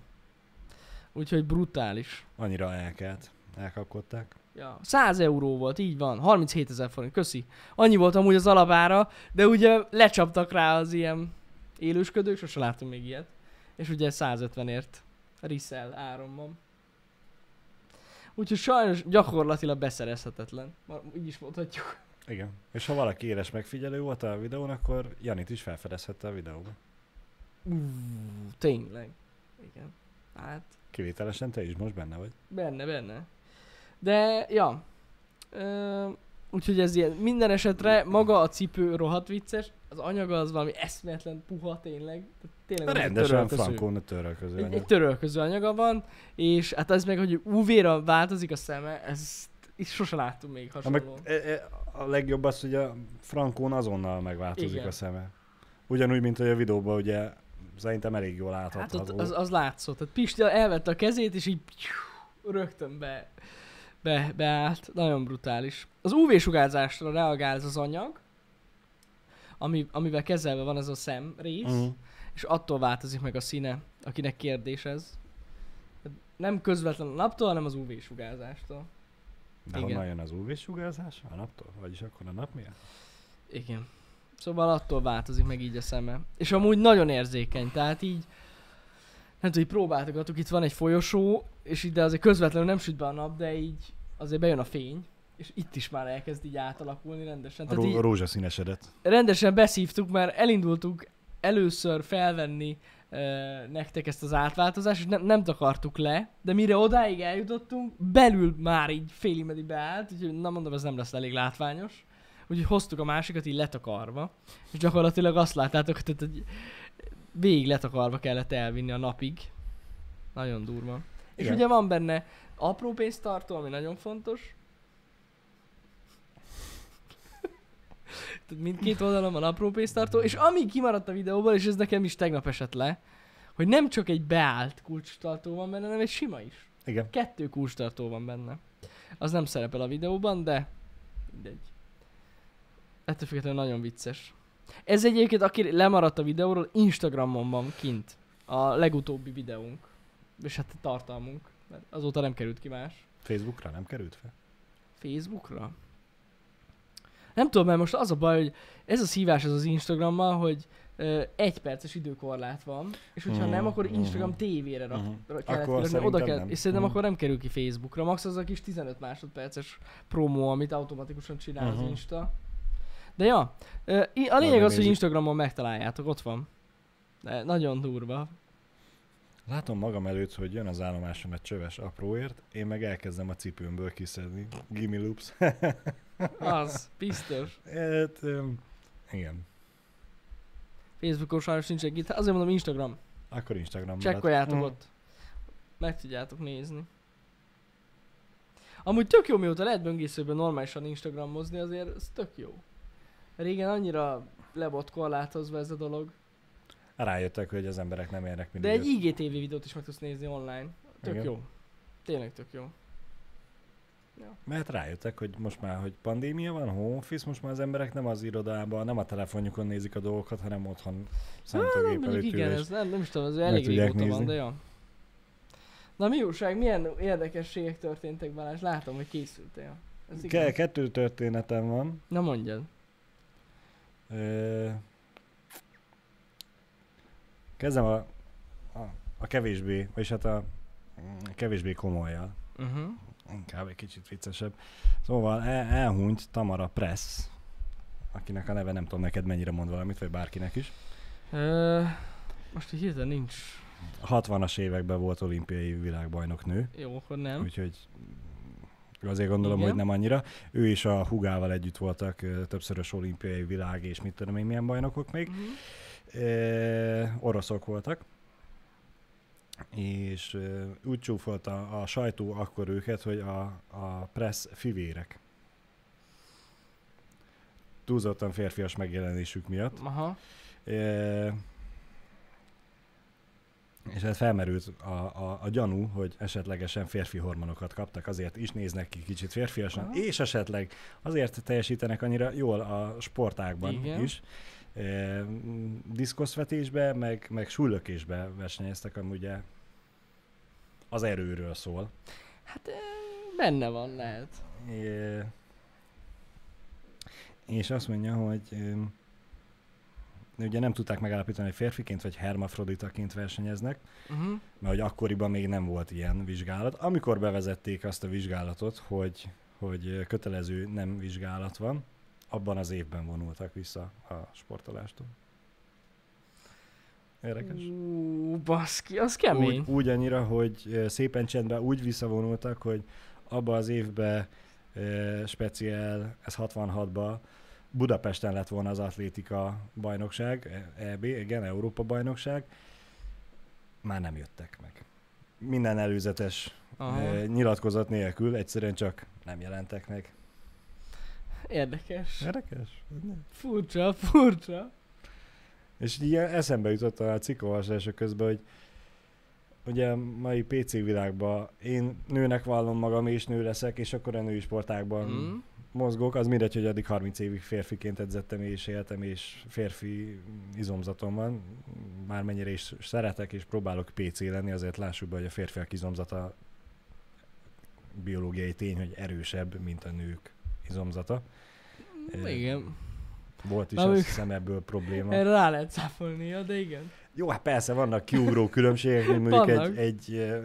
Úgyhogy brutális. Annyira elkelt. Elkapkodták. Ja, 100 euró volt, így van, 37 ezer forint, köszi. Annyi volt amúgy az alapára, de ugye lecsaptak rá az ilyen élősködők, sose láttunk még ilyet. És ugye 150-ért resell áron van. Úgyhogy sajnos gyakorlatilag beszerezhetetlen. Ma Így is mondhatjuk. Igen. És ha valaki éles megfigyelő volt a videón, akkor Janit is felfedezhette a videóba. Ú, tényleg. Igen. Hát, Kivételesen te is most benne vagy. Benne, benne. De, ja. Ö, úgyhogy ez ilyen. Minden esetre maga a cipő rohadt vicces, az anyaga az valami eszméletlen puha tényleg. Tehát Tényleg az egy Rendesen törölköző. frankón törölköző. Egy, anyag. egy törölköző anyaga van, és hát az meg, hogy UV-ra változik a szeme, ezt is sose láttunk még Na, meg, hasonló. e, e, a legjobb az, hogy a Frankón azonnal megváltozik Igen. Igen. a szeme. Ugyanúgy, mint hogy a videóban ugye Szerintem elég jól Hát látható. ott az, az látszott. Tehát Pisti elvette a kezét, és így rögtön be, be, beállt. Nagyon brutális. Az UV-sugárzásra reagál ez az anyag, ami, amivel kezelve van ez a szem rész, Mhm. és attól változik meg a színe, akinek kérdés ez. Tehát Nem közvetlen a naptól, hanem az UV-sugárzástól. De Igen. honnan jön az UV-sugárzás? A naptól? Vagyis akkor a nap Hát miatt? Igen. Szóval attól változik meg így a szeme. És amúgy nagyon érzékeny, tehát így nem tudom, így próbáltuk, itt van egy folyosó, és ide azért közvetlenül nem süt be a nap, de így azért bejön a fény, és itt is már elkezd így átalakulni rendesen. A Tehát ró- így rózsaszínesedet. rendesen beszívtuk, mert elindultunk először felvenni ö, nektek ezt az átváltozást, és ne, nem takartuk le, de mire odáig eljutottunk, belül már így félig meddig beállt, úgyhogy na mondom, ez nem lesz elég látványos. Úgyhogy hoztuk a másikat így letakarva, és gyakorlatilag azt láttátok, tehát, hogy végig letakarva kellett elvinni a napig. Nagyon durva. És Igen. ugye van benne apró pénztartó, ami nagyon fontos. Tehát mindkét oldalon van apró pénztartó, és ami kimaradt a videóból, és ez nekem is tegnap esett le, hogy nem csak egy beállt kulcstartó van benne, hanem egy sima is. Igen. Kettő kulcstartó van benne. Az nem szerepel a videóban, de mindegy. Ettől függetlenül nagyon vicces. Ez egyébként, aki lemaradt a videóról, Instagramon van kint. A legutóbbi videónk. És hát tartalmunk. Mert azóta nem került ki más. Facebookra nem került fel? Facebookra? Nem tudom, mert most az a baj, hogy ez a szívás az az Instagrammal, hogy ö, egy perces időkorlát van, és hogyha Mhm, nem, akkor Instagram mhm. tévére rak, Mhm. ra- Akkor kellett kirakni, oda szerintem kell, nem. és szerintem Mhm. akkor nem kerül ki Facebookra. Max az a kis 15 másodperces promó, amit automatikusan csinál az Mhm. Insta. De ja, ö, i- a lényeg az, hogy nézik. Instagramon megtaláljátok, ott van. De nagyon durva. Látom magam előtt, hogy jön az állomáson a csöves apróért, én meg elkezdem a cipőmből kiszedni. Gimme loops. Az, biztos. hát, öm, igen. Facebookon sajnos nincsen itt, azért mondom Instagram. Akkor hát- Instagram Mhm. Csekkoljátok ott. Meg tudjátok nézni. Amúgy tök jó, mióta lehet böngészőben normálisan Instagramozni, azért ez tök jó. Régen annyira le volt korlátozva ez a dolog. Rájöttek, hogy az emberek nem érnek De mindig. egy össze. IGTV videót is meg tudsz nézni online. Tök Igen. jó. Tényleg tök jó. Mert rájöttek, hogy most már, hogy pandémia van, home office, most már az emberek nem az irodában, nem a telefonjukon nézik a dolgokat, hanem otthon számítógép Mondjuk előtt igen, ülés. ez nem, nem is tudom, ez Meg elég tudják régóta van, nézni. de jó. Na mi újság, milyen érdekességek történtek Balázs? Látom, hogy készültél. Ez Ke- igaz. kettő történetem van. Na mondjad. Ö, Kezdem a, a, a kevésbé, vagyis hát a mm, kevésbé komolyjal, Uh-huh. inkább egy kicsit viccesebb. Szóval el, elhunyt Tamara Press, akinek a neve nem tudom neked mennyire mond valamit, vagy bárkinek is. Ö, most így hirtelen nincs. 60-as években volt olimpiai világbajnoknő, Jó, akkor nem. úgyhogy mm, azért gondolom, Igen. hogy nem annyira. Ő is a hugával együtt voltak ö, többszörös olimpiai világ és mit tudom én milyen bajnokok még. Mhm. Ö, oroszok voltak, és ö, úgy csúfolt a, a sajtó akkor őket, hogy a, a press fivérek. Túlzottan férfias megjelenésük miatt. Aha. Ö, és hát felmerült a, a, a gyanú, hogy esetlegesen férfi hormonokat kaptak, azért is néznek ki kicsit férfiasan, Aha. és esetleg azért teljesítenek annyira jól a sportákban Igen. is. E, diszkoszvetésbe, meg, meg súlylökésbe versenyeztek, ami ugye az erőről szól. Hát ö, benne van, lehet. É, és azt mondja, hogy öm, ugye nem tudták megállapítani, hogy férfiként vagy hermafroditaként versenyeznek, Uh-huh. mert hogy akkoriban még nem volt ilyen vizsgálat. Amikor bevezették azt a vizsgálatot, hogy, hogy kötelező nem vizsgálat van, abban az évben vonultak vissza a sportolástól. Érdekes. Ú, baszki, az kemény. Úgy, úgy annyira, hogy ö, szépen csendben úgy visszavonultak, hogy abba az évbe ö, speciál, ez 66-ba Budapesten lett volna az atlétika bajnokság, E- EB, igen, Európa bajnokság, már nem jöttek meg. Minden előzetes Aha. ö, nyilatkozat nélkül egyszerűen csak nem jelentek meg. Érdekes. Hát- Érdekes. Furcsa, furcsa. És így ilyen eszembe jutott a cikkolvasása közben, hogy ugye mai PC világban én nőnek vallom magam, és nő leszek, és akkor a női sportákban Mm. mozgok, az mindegy, hogy addig 30 évig férfiként edzettem és éltem, és férfi izomzatom van, már mennyire is szeretek, és próbálok PC lenni, azért lássuk be, hogy a férfiak izomzata biológiai tény, hogy erősebb, mint a nők izomzata. Eh, Mm, Igen. Volt is Na, Na, azt ők- hiszem ebből probléma. Erre rá lehet száfolni, ja, de igen. Jó, hát persze vannak kiugró különbségek, mint mondjuk Vannak. egy, egy eh,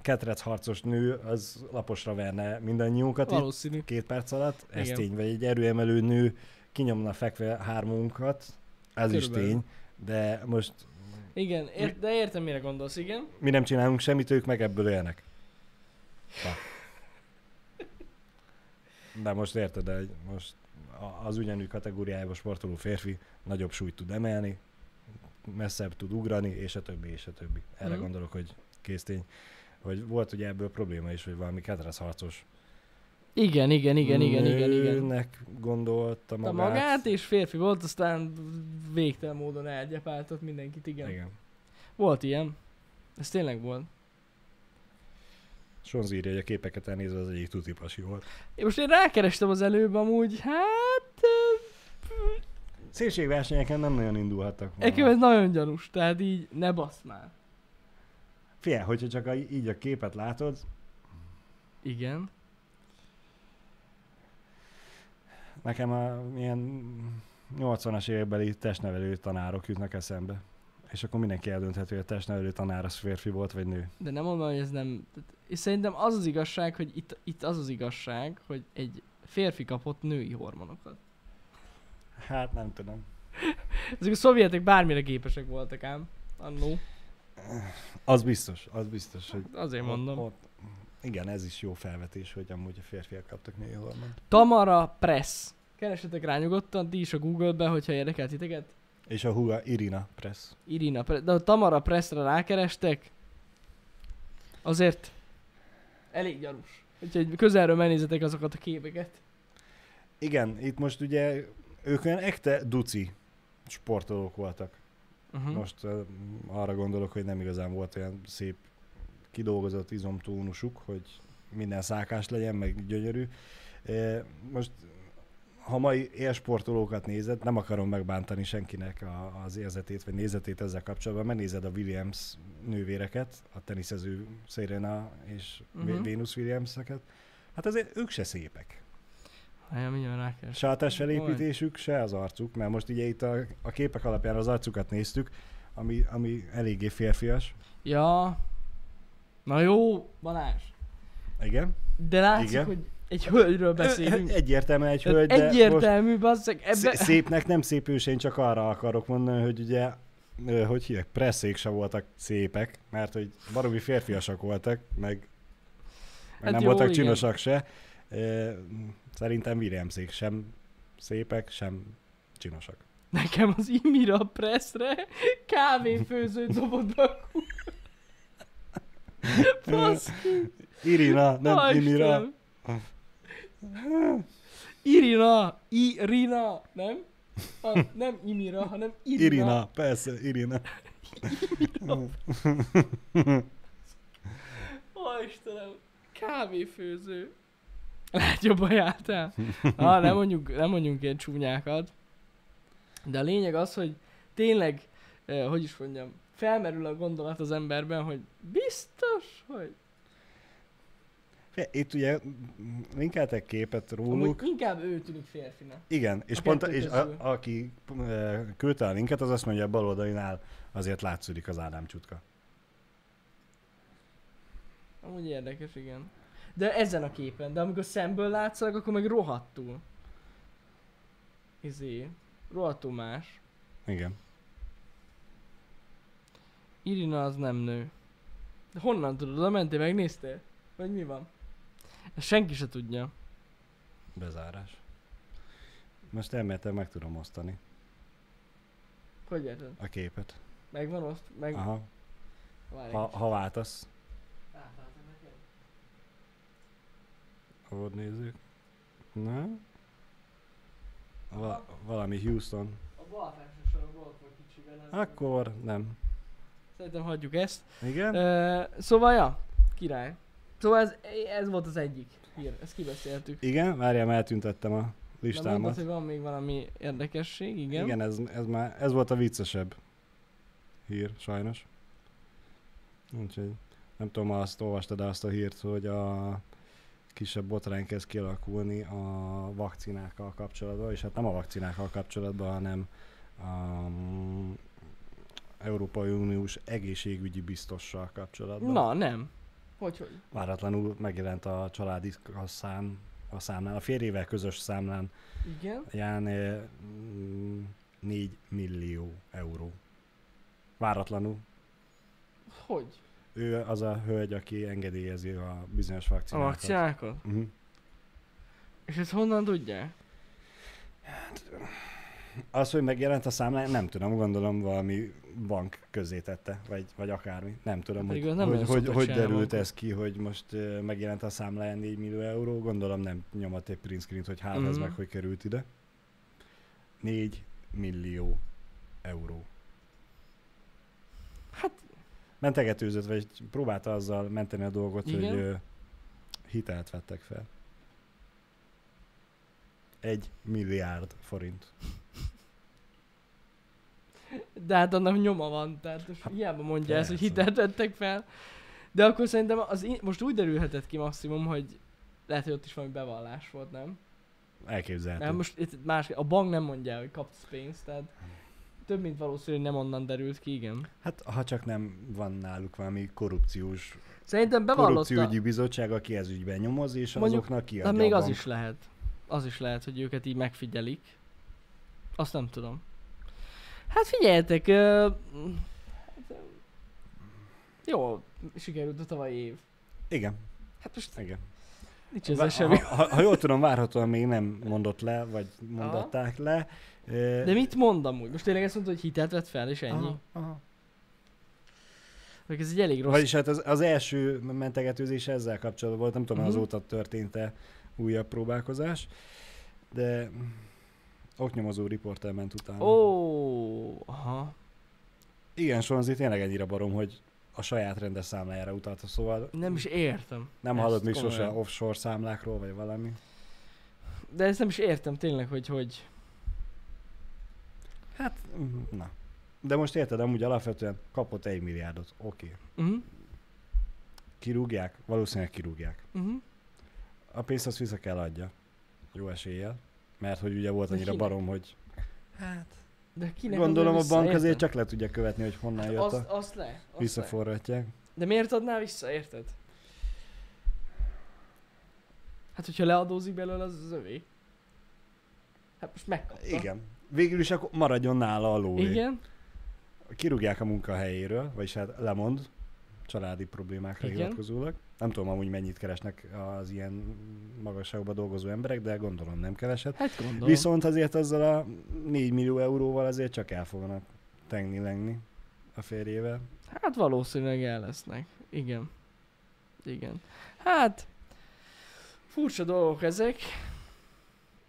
ketrec harcos nő, az laposra verne Hát mindannyiunkat itt Valószínű. két perc alatt, ez Igen. tény, vagy egy erőemelő nő kinyomna fekve hármunkat, ez is Körülbelül. tény, de most Igen, ér- de értem, mire gondolsz, igen. mi nem csinálunk semmit, ők meg ebből élnek. Na. De most érted, de most a- az ugyanúgy kategóriájában sportoló férfi nagyobb súlyt tud emelni, messzebb tud ugrani, és a többi, és a többi. Erre Mhm. gondolok, hogy késztény. Hogy volt ugye ebből probléma is, hogy valami ketresz harcos Igen, igen, igen, igen, igen, igen. nőnek gondolta A magát. magát és férfi volt, aztán végtelen módon elgyepáltott mindenkit, igen. igen. Igen. Volt ilyen. Ez tényleg volt. Sonz írja, hogy a képeket elnézve az egyik tuti pasi volt. Én most én rákerestem az előbb amúgy, hát... ö, Szélségversenyeken nem nagyon indulhattak Nekem ez nagyon gyanús, tehát így ne basz már. Fél, hogyha csak a, így a képet látod, Igen. nekem a ilyen 80-as évekbeli testnevelő tanárok jutnak eszembe. És akkor mindenki eldönthető, hogy a testnevelő tanár az férfi volt, vagy nő. De nem mondom, hogy ez nem... tehát- És szerintem az az igazság, hogy itt, itt az az igazság, hogy egy férfi kapott női hormonokat. Hát nem tudom. Ezek a szovjetek bármire képesek voltak ám. Annó. Az biztos, az biztos, hogy Azért mondom. Ott, ott, igen, ez is jó felvetés, hogy amúgy a férfiak kaptak női hormont. Tamara Press. Keresetek rá nyugodtan, ti is a Google-be, hogyha érdekel titeket. És a húga Irina Press. Irina Press. De ha Tamara Pressre rákerestek, azért elég gyanús. Úgyhogy közelről megnézzetek azokat a képeket. Igen, itt most ugye ők olyan ekte duci sportolók voltak. Uh-huh. Most ö, arra gondolok, hogy nem igazán volt olyan szép kidolgozott izomtónusuk, hogy minden szákás legyen, meg gyönyörű. E, Most, ha mai élsportolókat nézed, nem akarom megbántani senkinek a, az érzetét vagy nézetét ezzel kapcsolatban, megnézed a Williams nővéreket, a teniszező Serena és Mhm. uh-huh. Venus Williams-eket, hát azért ők se szépek. Hát, mindjárt rákeresek. Se a testfelépítésük, se az arcuk, mert most ugye itt a, a képek alapján az arcukat néztük, ami, ami eléggé férfias. Ja. Na jó, Balázs. Igen. De látszik, Igen. Igen. hogy egy hölgyről beszélünk. Egyértelműen egy Tehát hölgy, de most Egyértelmű, bazzeg, ebbe... ebbe... szépnek nem szép ős, én csak arra akarok mondani, hogy ugye, ö, hogy hívják, presszék se voltak szépek, mert hogy baromi férfiasak voltak, meg, meg Hát hát jó, nem jó, voltak igen. csinosak se. Ö, Szerintem Williamsék sem szépek, sem csinosak. Nekem az Imira Pressre kávéfőző dobott be Baszki, Irina, nem na, Imira. Istenem. Irina, Irina, nem? A, nem Imira, hanem Irina. Irina, persze, Irina. Ó, Istenem, kávéfőző. Lehet jobban jártál? Ah, nem mondjuk, nem mondjunk ilyen csúnyákat. De a lényeg az, hogy tényleg, eh, hogy is mondjam, felmerül a gondolat az emberben, hogy biztos, hogy Fé, Itt ugye mm, linkeltek képet róluk. Amúgy inkább ő tűnik férfinak. Igen, és a pont kettő és közül. a, aki e, küldte a linket, az azt mondja, a bal oldalinál azért látszódik az Ádám csutka. Amúgy érdekes, igen. De ezen a képen, de amikor szemből látszanak, akkor meg rohadtul. Izé, rohadtul más. Igen. Irina az nem nő. De honnan tudod, oda mentél, megnéztél? Vagy mi van? Ezt senki se tudja. Bezárás. Most elméletem meg tudom osztani Hogy érted? a képet. Megvan oszt? Meg... Aha. Várj. Ha, ha váltasz. Átváltom neked. Ahol nézzük. Na? Va- valami Houston. Ó, bal felső sorokban ott van kicsiben. ez- Akkor nem. Szerintem hagyjuk ezt. Igen? Ö, szóval, ja, király. Szóval ez, ez volt az egyik hír, ezt kibeszéltük. Igen, várjál, mert eltüntettem a De mondtad, listámat. hogy van még valami érdekesség, igen. Igen, ez, ez, már, ez volt a viccesebb hír, sajnos. Úgyhogy nem tudom, azt olvastad azt a hírt, hogy a kisebb botrány kezd kialakulni a vakcinákkal kapcsolatban, és hát nem a vakcinákkal kapcsolatban, hanem a mm, Európai Uniós egészségügyi biztossal kapcsolatban. Na, nem. Hogy, hogy? Váratlanul megjelent a családi szám, a számlán, a férjével közös számlán Igen? Ján eh, mm, 4 millió euró. Váratlanul. Hogy? Ő az a hölgy, aki engedélyezi a bizonyos A vakcinákat. vakcinákat? Uh-huh. És ezt honnan tudják? Az, hogy megjelent a számlán, nem tudom, gondolom valami bank közé tette, vagy, vagy akármi. Nem tudom, Hát pedig hogy, az nem hogy, olyan hogy, szokott hogy csinálni derült bankot. ez ki, hogy most eh, megjelent a számláján 4 millió euró. Gondolom nem nyomott egy print screen hogy hát ez Mhm. meg, hogy került ide. 4 millió euró. Hát, mentegetőzött, vagy próbálta azzal menteni a dolgot, Igen. hogy ö, hitelt vettek fel. Egy milliárd forint. de hát annak nyoma van, tehát most hiába mondja ezt, hogy persze. hitelt vettek fel. De akkor szerintem az in- most úgy derülhetett ki maximum, hogy lehet, hogy ott is valami bevallás volt, nem? Hát Elképzelhető. Nem, most itt más, a bank nem mondja el, hogy kapsz pénzt, tehát több mint valószínű, hogy nem onnan derült ki, igen. Hát ha csak nem van náluk valami korrupciós, Szerintem bevallotta, korrupcióügyi bizottság, aki ez ügyben nyomoz, és Mondjuk, azoknak kiadja de még a az bank. is lehet. Az is lehet, hogy őket így megfigyelik. Azt nem tudom. Hát figyeljetek, ö... hát, ö, jó, sikerült a tavalyi év. Igen, Hát most igen. nincs ezzel Vá- semmi. ha, ha, ha jól tudom, várhatóan még nem mondott le, vagy mondatták le. Ö, De mit mondom úgy? Most tényleg ezt mondta, hogy hitelt vett fel, és ennyi. Aha, aha. Meg ez egy elég rossz. Vagyis hát az, az első mentegetőzés ezzel kapcsolatban volt, nem tudom, uh-huh. Mhm. azóta történt-e újabb próbálkozás, de oknyomozó riporter ment utána. Ó, aha. Igen, Sonzi tényleg ennyire barom, hogy a saját rendes számlájára utalta, szóval Nem is értem. nem Ezt hallott még komolyan. sose offshore számlákról, vagy valami. De ezt nem is értem tényleg, hogy hogy. Hát, mm, na. De most érted, amúgy alapvetően kapott egy milliárdot, oké. Okay. Uh-huh. Kirúgják? Valószínűleg kirúgják. Uh-huh. A pénzt azt vissza kell adja. Jó eséllyel. Mert hogy ugye volt De annyira kinek? barom, hogy hát De kinek Kinek Gondolom a adja bank vissza, azért érted? csak le tudja követni, hogy honnan jött Azt, a... azt le. Azt le. Visszaforgatják. De miért adná vissza, érted? Hát, hogyha leadózik belőle, az az övé. Hát most megkapta. Igen. Végül is akkor maradjon nála a lóvé. Igen? Kirúgják a munkahelyéről, vagyis hát lemond, családi problémákra Igen. hivatkozólag. Nem tudom amúgy mennyit keresnek az ilyen magasságban dolgozó emberek, de gondolom nem keveset. Hát gondolom. Viszont... Viszont azért azzal a 4 millió euróval azért csak el fognak tengni lengni a férjével. Hát valószínűleg el lesznek. Igen. Igen. Hát... Furcsa dolgok ezek.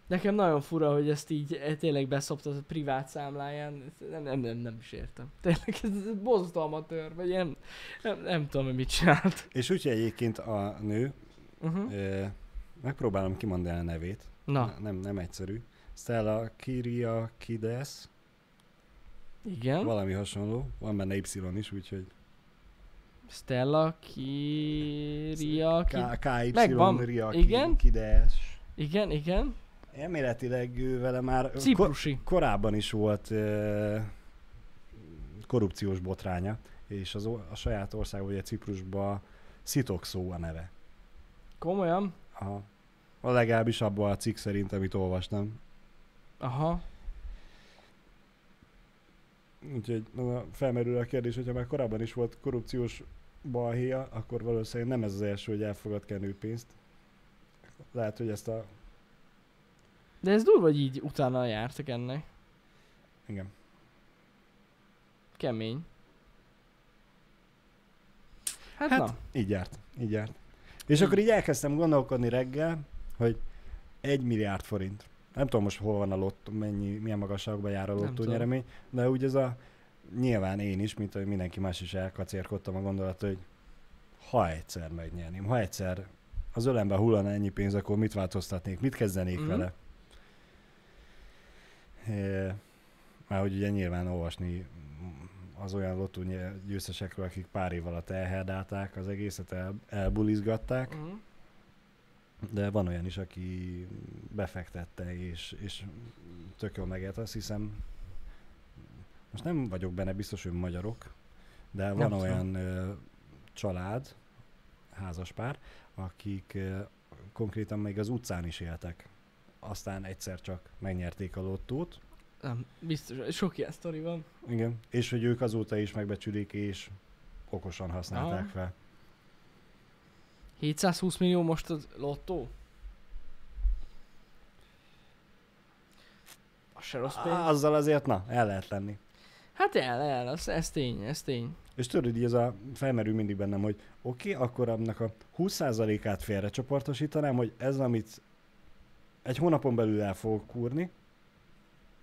Nekem nagyon fura, hogy ezt így eh, tényleg beszoptad a privát számláján. Ezt Nem, nem, nem, nem is értem. Tényleg ez, ez borzasztó amatőr, vagy nem, nem, nem tudom, hogy mit csinált. És úgy, hogy egyébként a nő, Uh-huh. ö, megpróbálom kimondani a nevét, Na, Nem, nem egyszerű. Stella Kyriakides, igen. valami hasonló, van benne Y is, úgyhogy Stella Kiria... Ki... K- KY Megvan. Igen. Riakides. Igen, igen. Elméletileg ő vele már ko- Ciprusi. korábban is volt ö, korrupciós botránya, és az o- a saját ország, ugye Ciprusban szitokszó a neve. Komolyan? Aha. A legalábbis abban a cikk szerint, amit olvastam. Aha. Úgyhogy na, felmerül a kérdés, hogyha már korábban is volt korrupciós balhéja, akkor valószínűleg nem ez az első, hogy elfogad kenőpénzt. Lehet, hogy ezt a... De ez durva, hogy így utána jártak ennek. Igen. Kemény. Hát, Hát, hát na. Így járt. Így járt. És akkor így elkezdtem gondolkodni reggel, hogy egy milliárd forint. Nem tudom most hol van a lottó, mennyi, milyen magasságban jár a Nem lottó tudom. nyeremény, de úgy ez a, nyilván én is, mint ahogy mindenki más is elkacérkodtam a gondolat, hogy ha egyszer megnyerném, ha egyszer az ölembe hullana ennyi pénz, akkor mit változtatnék, mit kezdenék Mhm. mm-hmm. vele? É, már hogy ugye nyilván olvasni az olyan lottó nye- győztesekről, akik pár év alatt elherdálták, az egészet el, elbulizgatták, Mhm. de van olyan is, aki befektette és, és tök jól megélt, azt hiszem, most nem vagyok benne biztos, hogy magyarok, de van tudom. olyan ö, család, házaspár, akik ö, konkrétan még az utcán is éltek. Aztán egyszer csak megnyerték a lottót, Nem, biztos, sok ilyen sztori van. igen, és hogy ők azóta is megbecsülik, és okosan használták Aha. fel. 720 millió most az lottó? Az se rossz pénz. Á, Azzal azért, na, el lehet lenni. Hát el, el, az, ez tény, ez tény. És tudod, így ez a felmerül mindig bennem, hogy oké, okay, akkor annak a 20%-át félrecsoportosítanám, hogy ez, amit egy hónapon belül el fogok kúrni,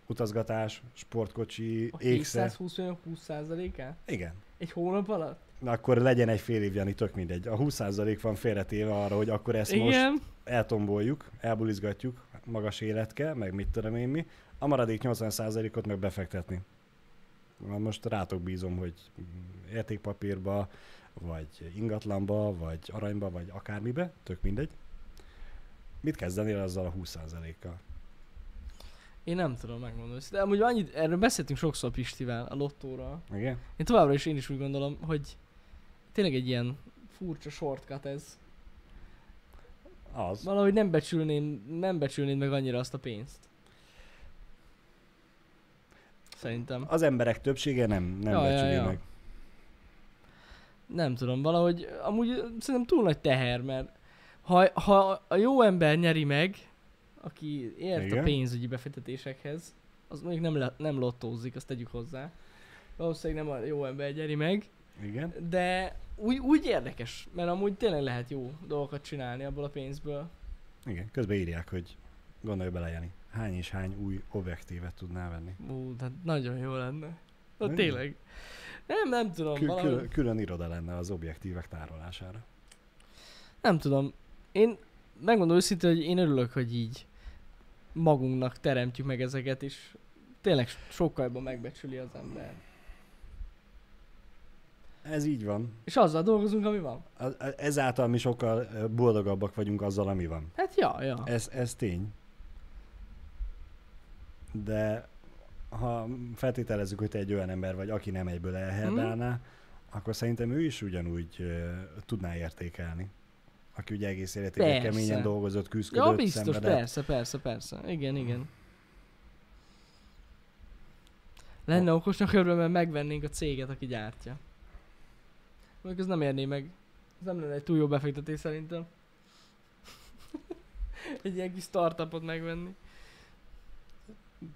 utazgatás, sportkocsi, A ékszer. 720 millió 20%-á? Igen. Egy hónap alatt? Na akkor legyen egy fél év, Jani, tök mindegy. A 20% van félretéve arra, hogy akkor ezt most Igen. eltomboljuk, elbulizgatjuk, magas élet kell, meg mit tudom én mi, a maradék 80%-ot meg befektetni. Na Most rátok bízom, hogy mm, értékpapírba, vagy ingatlanba, vagy aranyba, vagy akármibe, tök mindegy. Most kezdenél azzal a 20%-kal? Én nem tudom megmondani. De amúgy annyit, erről beszéltünk sokszor Pistivel, a lottóra. Igen? Én továbbra is én is úgy gondolom, hogy tényleg egy ilyen furcsa shortcut ez. Az. Valahogy nem becsülném, nem becsülnéd meg annyira azt a pénzt. Szerintem. Az emberek többsége nem, nem Ja, ja, ja, becsüli ja, ja. ja. meg. Nem tudom, valahogy amúgy ö, szerintem túl nagy teher, mert ha, ha a jó ember nyeri meg, aki ért Igen. a Igen. pénzügyi befektetésekhez, az mondjuk nem, le, nem lottózik, azt tegyük hozzá. Valószínűleg nem a jó ember nyeri meg, Igen? de úgy, úgy érdekes, mert amúgy tényleg lehet jó dolgokat csinálni abból a pénzből. Igen. Közben írják, hogy gondolj bele, Jani, hány és hány új objektívet tudnál venni? Ú, hát nagyon jó lenne. Na Nem? tényleg. Nem, nem tudom, Kül- valahogy... külön, külön iroda lenne az objektívek tárolására. Nem tudom. Én megmondom őszintén, hogy én örülök, hogy így magunknak teremtjük meg ezeket, és tényleg sokkal jobban megbecsüli az ember. Ez így van. És azzal dolgozunk, ami van. A- a- Ezáltal mi sokkal ö, boldogabbak vagyunk azzal, ami van. Hát ja, ja. Ez, ez tény. De ha feltételezzük, hogy te egy olyan ember vagy, aki nem egyből elherdálná, Mhm. akkor szerintem ő is ugyanúgy ö, tudná értékelni. Aki ugye egész életében Persze. keményen dolgozott, küzdött, Ja, biztos, szenvedett. persze, persze, persze. Igen, igen. Lenne okosnak örülve, mert megvennénk a céget, aki gyártja. Mondjuk ez nem érné meg. Ez nem lenne egy túl jó befektetés szerintem. egy ilyen kis startupot megvenni.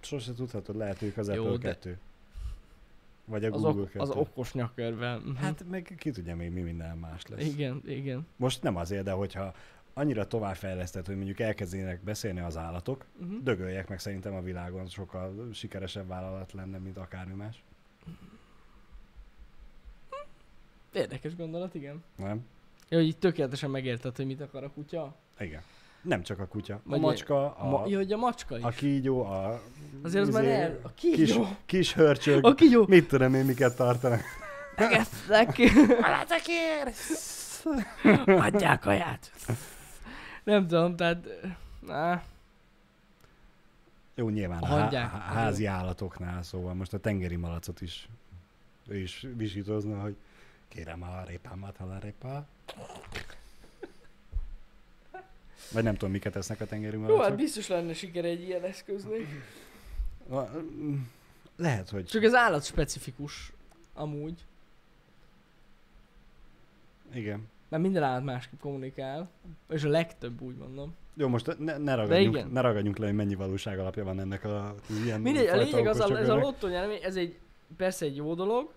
Sose tudhatod, lehet ők az Jó, Apple de- 2. Vagy a Az, Google ok- 2. az okos nyakörben. Mhm. Hát meg ki tudja még mi minden más lesz. Igen, igen. Most nem azért, de hogyha annyira továbbfejlesztett, hogy mondjuk elkezdenek beszélni az állatok, Uh-huh. dögöljek meg szerintem a világon sokkal sikeresebb vállalat lenne, mint akármi más. Érdekes gondolat, igen. Nem? Ja, hogy így tökéletesen megérted, hogy mit akar a kutya. Igen. Nem csak a kutya. A Vagy- macska, A... Ma... a, Ja, hogy a macska is. a kígyó, a Azért az már izé, el... A kis, kígyó. kis hörcsög. A kígyó. Mit tudom én, miket tartanak. Megeszlek. Tekér! Adják kaját. Nem tudom, tehát... Á, hát Jó, nyilván a A hangyák. há- há- házi állatoknál, szóval most a tengeri malacot is ő is visítozna, hogy kérem a répámat, ha a répá. Vagy nem tudom, miket esznek a tengeri jó, hát malacok. biztos lenne siker egy ilyen eszköznek. Na, mm, Lehet, hogy... Csak ez állatspecifikus. Amúgy. Igen. Mert minden állat másképp kommunikál. És a legtöbb, úgy mondom. Jó, most ne, ne, ragadjunk, igen. ne ragadjunk le, hogy mennyi valóság alapja van ennek a az ilyen Mindegy, a fajta lényeg az a, ez a okoscsökörnek. lottó nyeremény, ez egy, persze egy jó dolog,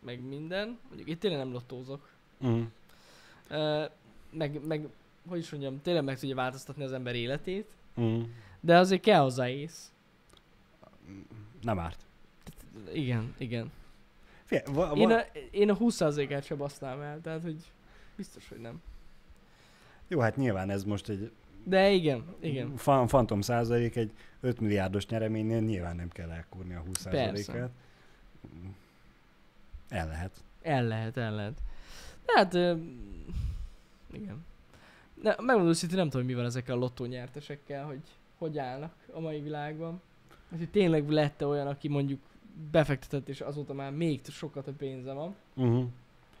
meg minden, mondjuk itt tényleg nem lottózok. Mm. Ö, meg, meg hogy is mondjam, tényleg meg tudja változtatni az ember életét, Mm. de azért kell hozzá ész. Nem árt. Igen, igen. Figyelj, va- Én va- a, én a 20%-át sem basznám el, tehát hogy biztos, hogy nem. Jó, hát nyilván ez most egy De igen, igen. Fan, fantom százalék, egy 5 milliárdos nyereménynél nyilván nem kell elkúrni a 20 százalékát. El lehet. El lehet, el lehet. De hát, ö, igen. De megmondom őszintén, nem tudom, hogy mi van ezekkel a lottó nyertesekkel, hogy hogy állnak a mai világban. Hát, hogy tényleg lett olyan, aki mondjuk befektetett, és azóta már még sokkal több pénze van. Uh-huh.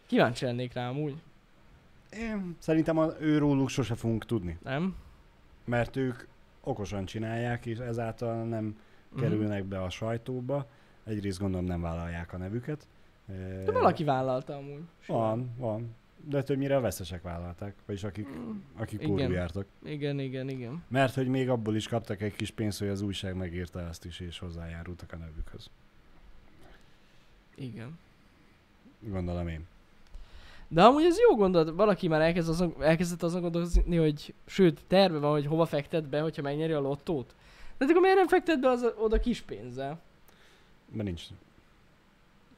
Kíváncsi lennék rá amúgy, Én szerintem a, őróluk sose fogunk tudni, nem? mert ők okosan csinálják, és ezáltal nem Mhm. kerülnek be a sajtóba. Egyrészt gondolom nem vállalják a nevüket. De valaki vállalta amúgy. Van, van. De többnyire a veszesek vállalták, vagyis akik, Mm, akik Igen. pórul jártak. Igen, igen, igen. Mert hogy még abból is kaptak egy kis pénzt, hogy az újság megírta ezt is, és hozzájárultak a nevükhöz. Igen. Gondolom én. De amúgy ez jó gondolat, valaki már elkezd azon, elkezdett azon gondolkozni, hogy sőt, terve van, hogy hova fektet be, hogyha megnyeri a lottót. De hát akkor miért nem fektet be az, oda kis pénzzel? Mert nincs.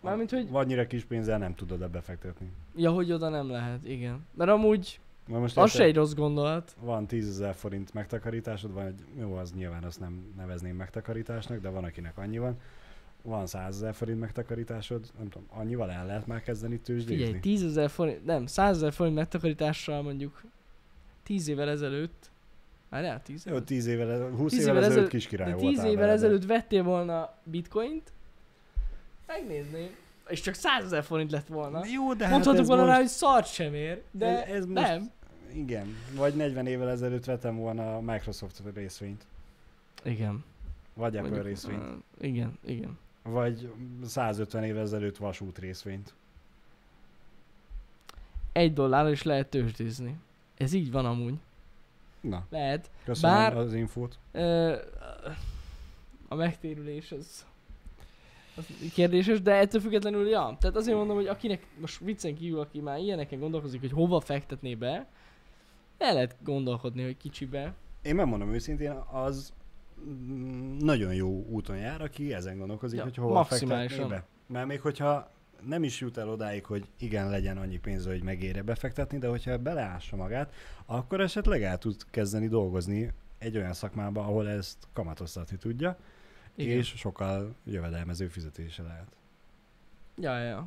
Mármint, hogy- Vagy annyira kis pénzzel nem tudod ebbe befektetni. Ja, hogy oda nem lehet, igen. Mert amúgy Mert most az érted, se egy rossz gondolat. Van 10 ezer forint megtakarításod, van egy, jó, az nyilván azt nem nevezném megtakarításnak, de van akinek annyi van. Van 100 ezer forint megtakarításod, nem tudom, annyival el lehet már kezdeni Figyelj, tőzsdézni. 10 ezer forint, nem, 100 ezer forint megtakarítással mondjuk 10 évvel ezelőtt, várjál, 10 Jó, 10 évvel, 20 10 évvel, évvel ezelőtt ezelőtt- kis király De 10 voltál évvel vele, de- ezelőtt vettél volna bitcoint, megnézném, és csak 100 ezer forint lett volna. Jó, de hát Mondhatok ez volna most, rá, hogy szart sem ér, de ez, ez most, nem. Igen, vagy 40 évvel ezelőtt vettem volna a Microsoft részvényt, Igen. vagy Apple Mondjuk, részvényt, uh, igen, igen. vagy 150 évvel ezelőtt vasút részvényt. Egy dollárra is lehet tőzsdézni. Ez így van amúgy. Na, Lehet. köszönöm Bár- az infót. Ö, a megtérülés az, az kérdéses, de ettől függetlenül, ja. Tehát azért mondom, hogy akinek most viccen kívül, aki már ilyeneken gondolkozik, hogy hova fektetné be, el lehet gondolkodni, hogy kicsibe. Én megmondom őszintén, az mm, nagyon jó úton jár, aki ezen gondolkozik, Ja, hogy hova maximálisan. fektetné be. Mert még hogyha nem is jut el odáig, hogy igen, legyen annyi pénze, hogy megére befektetni, de hogyha beleássa magát, akkor esetleg el tud kezdeni dolgozni egy olyan szakmába, ahol ezt kamatoztatni tudja, Igen. és sokkal jövedelmező fizetése lehet. Ja, ja, ja.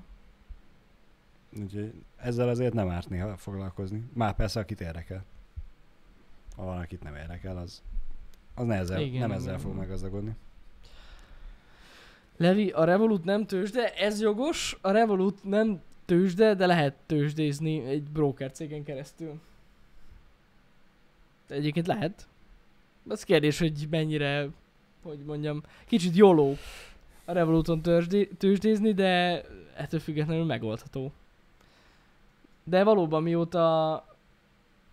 Úgyhogy ezzel azért nem árt néha foglalkozni. Már persze, akit érdekel. Ha van, akit nem érdekel, az, az ne ezzel, Igen, igen, nem igen, ezzel fog igen. meggazdagodni. Levi, a Revolut nem tőzsde, ez jogos, a Revolut nem tőzsde, de lehet tőzsdézni egy broker cégen keresztül. De Egyébként lehet. Az kérdés, hogy mennyire, hogy mondjam, kicsit jóló a Revoluton tőzsdé, tőzsdézni, de ettől függetlenül megoldható. De valóban mióta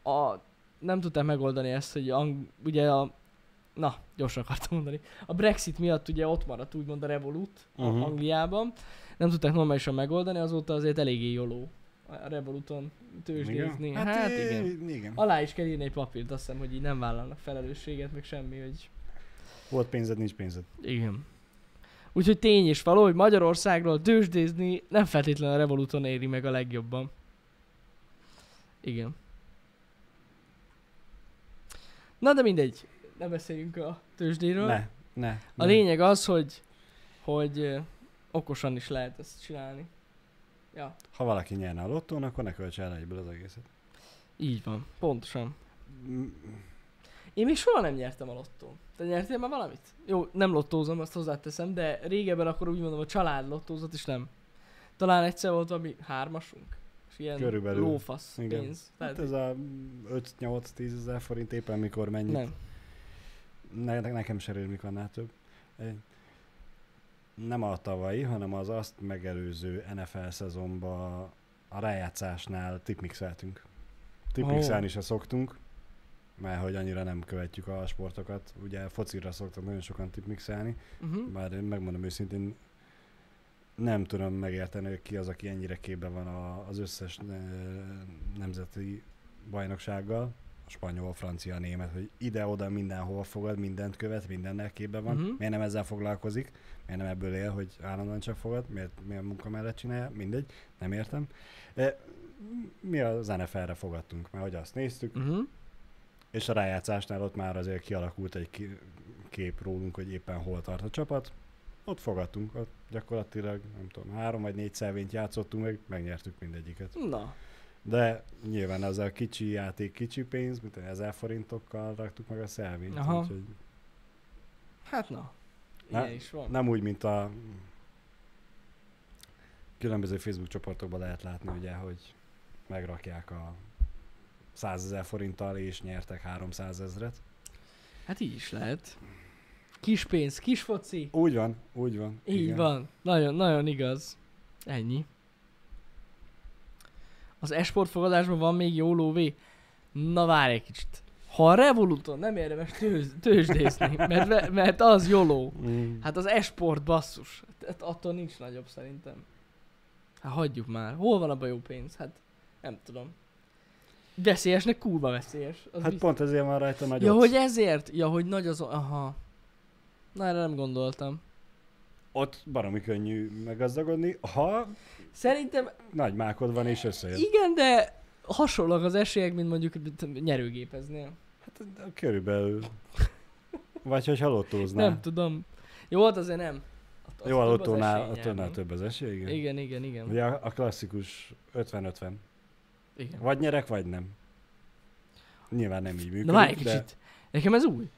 a, nem tudták megoldani ezt, hogy ang, ugye a, na, gyorsan akartam mondani, a Brexit miatt ugye ott maradt úgymond a Revolut Mhm. uh-huh. Angliában, nem tudták normálisan megoldani, azóta azért eléggé jóló a Revoluton tőzsdézni. Igen? Hát, hát ö, igen. igen. Alá is kell írni egy papírt, azt hiszem, hogy így nem vállalnak felelősséget, meg semmi, hogy... Volt pénzed, nincs pénzed. Igen. Úgyhogy tény és való, hogy Magyarországról dősdézni nem feltétlenül a Revoluton éri meg a legjobban. Igen. Na de mindegy, ne beszéljünk a tőzsdéről. Ne, ne. A ne. lényeg az, hogy, hogy ö, okosan is lehet ezt csinálni. Ja, Ha valaki nyerne a lottón, akkor ne költs el egyből az egészet. így van, pontosan. Mm, Én még soha nem nyertem a lottón. Te nyertél már valamit? Jó, nem lottózom, azt hozzáteszem, de régebben akkor úgy mondom, a család lottózott is nem. Talán egyszer volt valami hármasunk. És ilyen Körülbelül. lófasz Igen. pénz. Tehát Hát ez a 5-8-10 ezer forint éppen mikor mennyit. nem. Ne, ne- nekem se rémlik annál több. Egy- Nem a tavalyi, hanem az azt megelőző NFL szezonban a rájátszásnál tipmixeltünk. Tipmixelni Ó. oh. se szoktunk, mert hogy annyira nem követjük a sportokat. Ugye focira szoktak nagyon sokan tipmixelni, Uh-huh. bár én megmondom őszintén, nem tudom megérteni, hogy ki az, aki ennyire képben van a- az összes ö, nemzeti eh, bajnoksággal. spanyol, francia, német, hogy ide-oda mindenhol fogad, mindent követ, mindennel képben van. Mhm. Miért nem ezzel foglalkozik? Miért nem ebből él, hogy állandóan csak fogad? Miért, miért munka mellett csinálja? Mindegy, nem értem. E, mi az NFL-re fogadtunk, mert hogy azt néztük, Uh-huh. és a rájátszásnál ott már azért kialakult egy ki- kép rólunk, hogy éppen hol tart a csapat. Ott fogadtunk, ott gyakorlatilag, nem tudom, három vagy négy szelvényt játszottunk meg, megnyertük mindegyiket. Na, De nyilván az a kicsi játék, kicsi pénz, mint egy ezer forintokkal raktuk meg a szelvényt, Aha. úgyhogy hát na. Na, Ilyen is van. nem úgy, mint a különböző Facebook csoportokban lehet látni, ugye, hogy megrakják a 100 ezer forinttal, és nyertek 300 ezret. Hát így is lehet. Kis pénz, kis foci. Úgy van, úgy van. Így igen. van. Nagyon, nagyon igaz. Ennyi. Az esport fogadásban van még jó lóvé? Na várj egy kicsit. Ha a Revoluton nem érdemes tőz, tőzsdészni, mert, ve- mert az jóló. Mm. Hát az esport basszus. Hát attól nincs nagyobb szerintem. Hát hagyjuk már. Hol van abban jó pénz? Hát nem tudom. Veszélyesnek kurva veszélyes. Az Hát biztos. pont ezért van rajta nagy Ja, ott. hogy e- ezért? Ja, hogy nagy az... Aha. Na, erre nem gondoltam. Ott baromi könnyű meggazdagodni, ha Szerintem nagy mákod van és összejön. igen, de hasonlóak az esélyek, mint mondjuk mit tudom, nyerőgépeznél. Hát, körülbelül. Vagy hogy halottóznál. Nem, tudom. Jó, hát azért nem. Ott- ott Jó, több az halottónál, esély attól nyerni. több az esély, igen. Igen, igen, igen. Ugye a, a klasszikus 50-50. igen. Vagy nyerek, vagy nem. Nyilván nem így működik, Na várj egy de kicsit. Nekem ez új.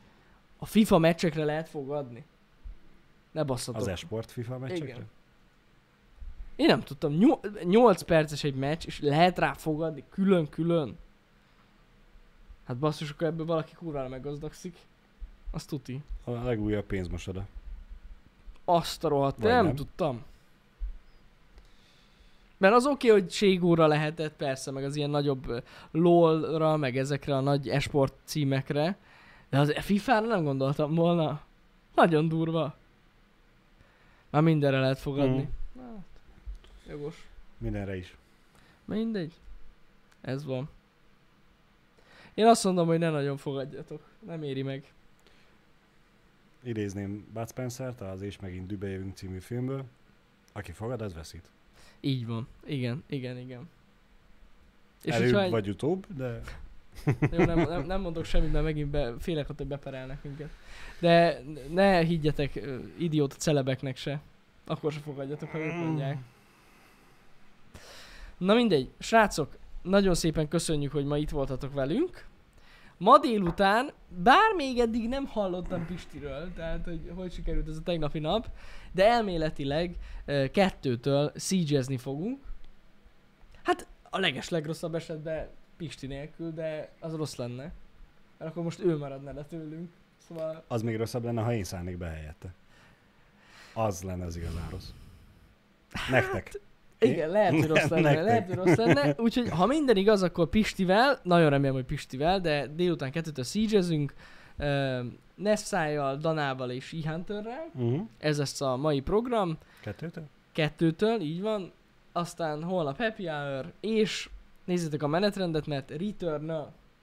A FIFA meccsekre lehet fogadni. Ne basszatok. az esport FIFA meccsekre. Igen. Én nem tudtam, nyol- 8 perces egy meccs, és lehet rá fogadni külön-külön. Hát basszus, akkor ebből valaki kurvára meggazdagszik. Azt tuti. A legújabb pénzmosoda. Azt a rohadt, Vagy hát nem, nem. nem tudtam. Mert az oké, okay, hogy ségóra lehetett, persze, meg az ilyen nagyobb ö, LOL-ra, meg ezekre a nagy esport címekre, de az FIFA-ra nem gondoltam volna. Nagyon durva. Már mindenre lehet fogadni. Mm. Hát, jogos. Mindenre is. Mindegy. Ez van. Én azt mondom, hogy ne nagyon fogadjatok. Nem éri meg. Idézném Bud Spencer-t, az És megint Dübe jövünk című filmből. Aki fogad, az veszít. Így van. Igen, igen, igen. És És Előbb hogyha egy... vagy utóbb, de Jó, nem, nem, nem mondok semmit, mert megint be, félek, hogy beperelnek minket. De ne higgyetek ö, idióta celebeknek se. Akkor se fogadjatok, ha ők mondják. Na mindegy, srácok, nagyon szépen köszönjük, hogy ma itt voltatok velünk. Ma délután, bár még eddig nem hallottam Pistiről, tehát hogy hogy sikerült ez a tegnapi nap, de elméletileg ö, kettőtől siege fogunk. Hát a leges legrosszabb esetben Pisti nélkül, de az rossz lenne. Mert akkor most ő maradna le tőlünk. Szóval az még rosszabb lenne, ha én szállnék be helyette. Az lenne az igazán rossz. Hát? Nektek. igen, lehet, hogy rossz Nem, lenne, nektek. lehet, hogy rossz lenne. Úgyhogy ha minden igaz, akkor Pistivel, nagyon remélem, hogy Pistivel, de délután kettőtől siege-ezünk. Nessájjal, Danával és Ihantörrel. Uh-huh. Ez lesz a mai program. Kettőtől? Kettőtől, így van. Aztán holnap happy hour, és nézzétek a menetrendet, mert return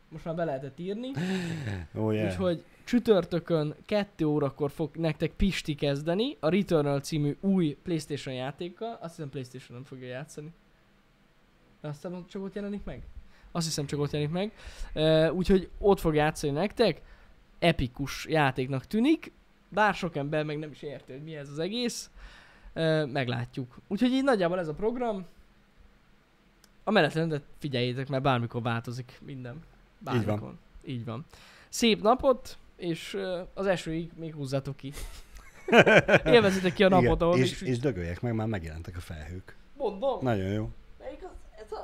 most már be lehetett írni. Oh, yeah. Yeah. Úgyhogy csütörtökön 2 órakor fog nektek Pisti kezdeni a Returnal című új Playstation játékkal. Azt hiszem Playstation nem fogja játszani. De aztán csak ott jelenik meg? Azt hiszem csak ott jelenik meg. Ö, Úgyhogy ott fog játszani nektek. Epikus játéknak tűnik. Bár sok ember meg nem is érti, hogy mi ez az egész. Ö, Meglátjuk. Úgyhogy így nagyjából ez a program. A menetrendet figyeljétek, mert bármikor változik minden. van. Bármikor. Így van. Szép napot, és ö, az esőig még húzzátok ki. Élvezitek ki a napot, ahol és, még és dögöljek meg, már megjelentek a felhők. Mondom, Nagyon jó. melyik az? Ez az?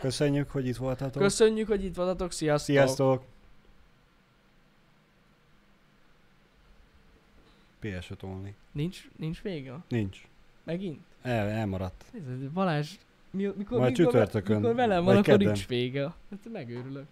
Köszönjük, hogy itt voltatok. Köszönjük, hogy itt voltatok, sziasztok! hát- Sziasztok! PS5 only. Nincs, nincs vége? Nincs. Megint? El, elmaradt. Nézd, Balázs, mi, mikor, Majd mikor, csütörtökön, mikor velem van, vagy akkor kedden. nincs vége. Hát megőrülök.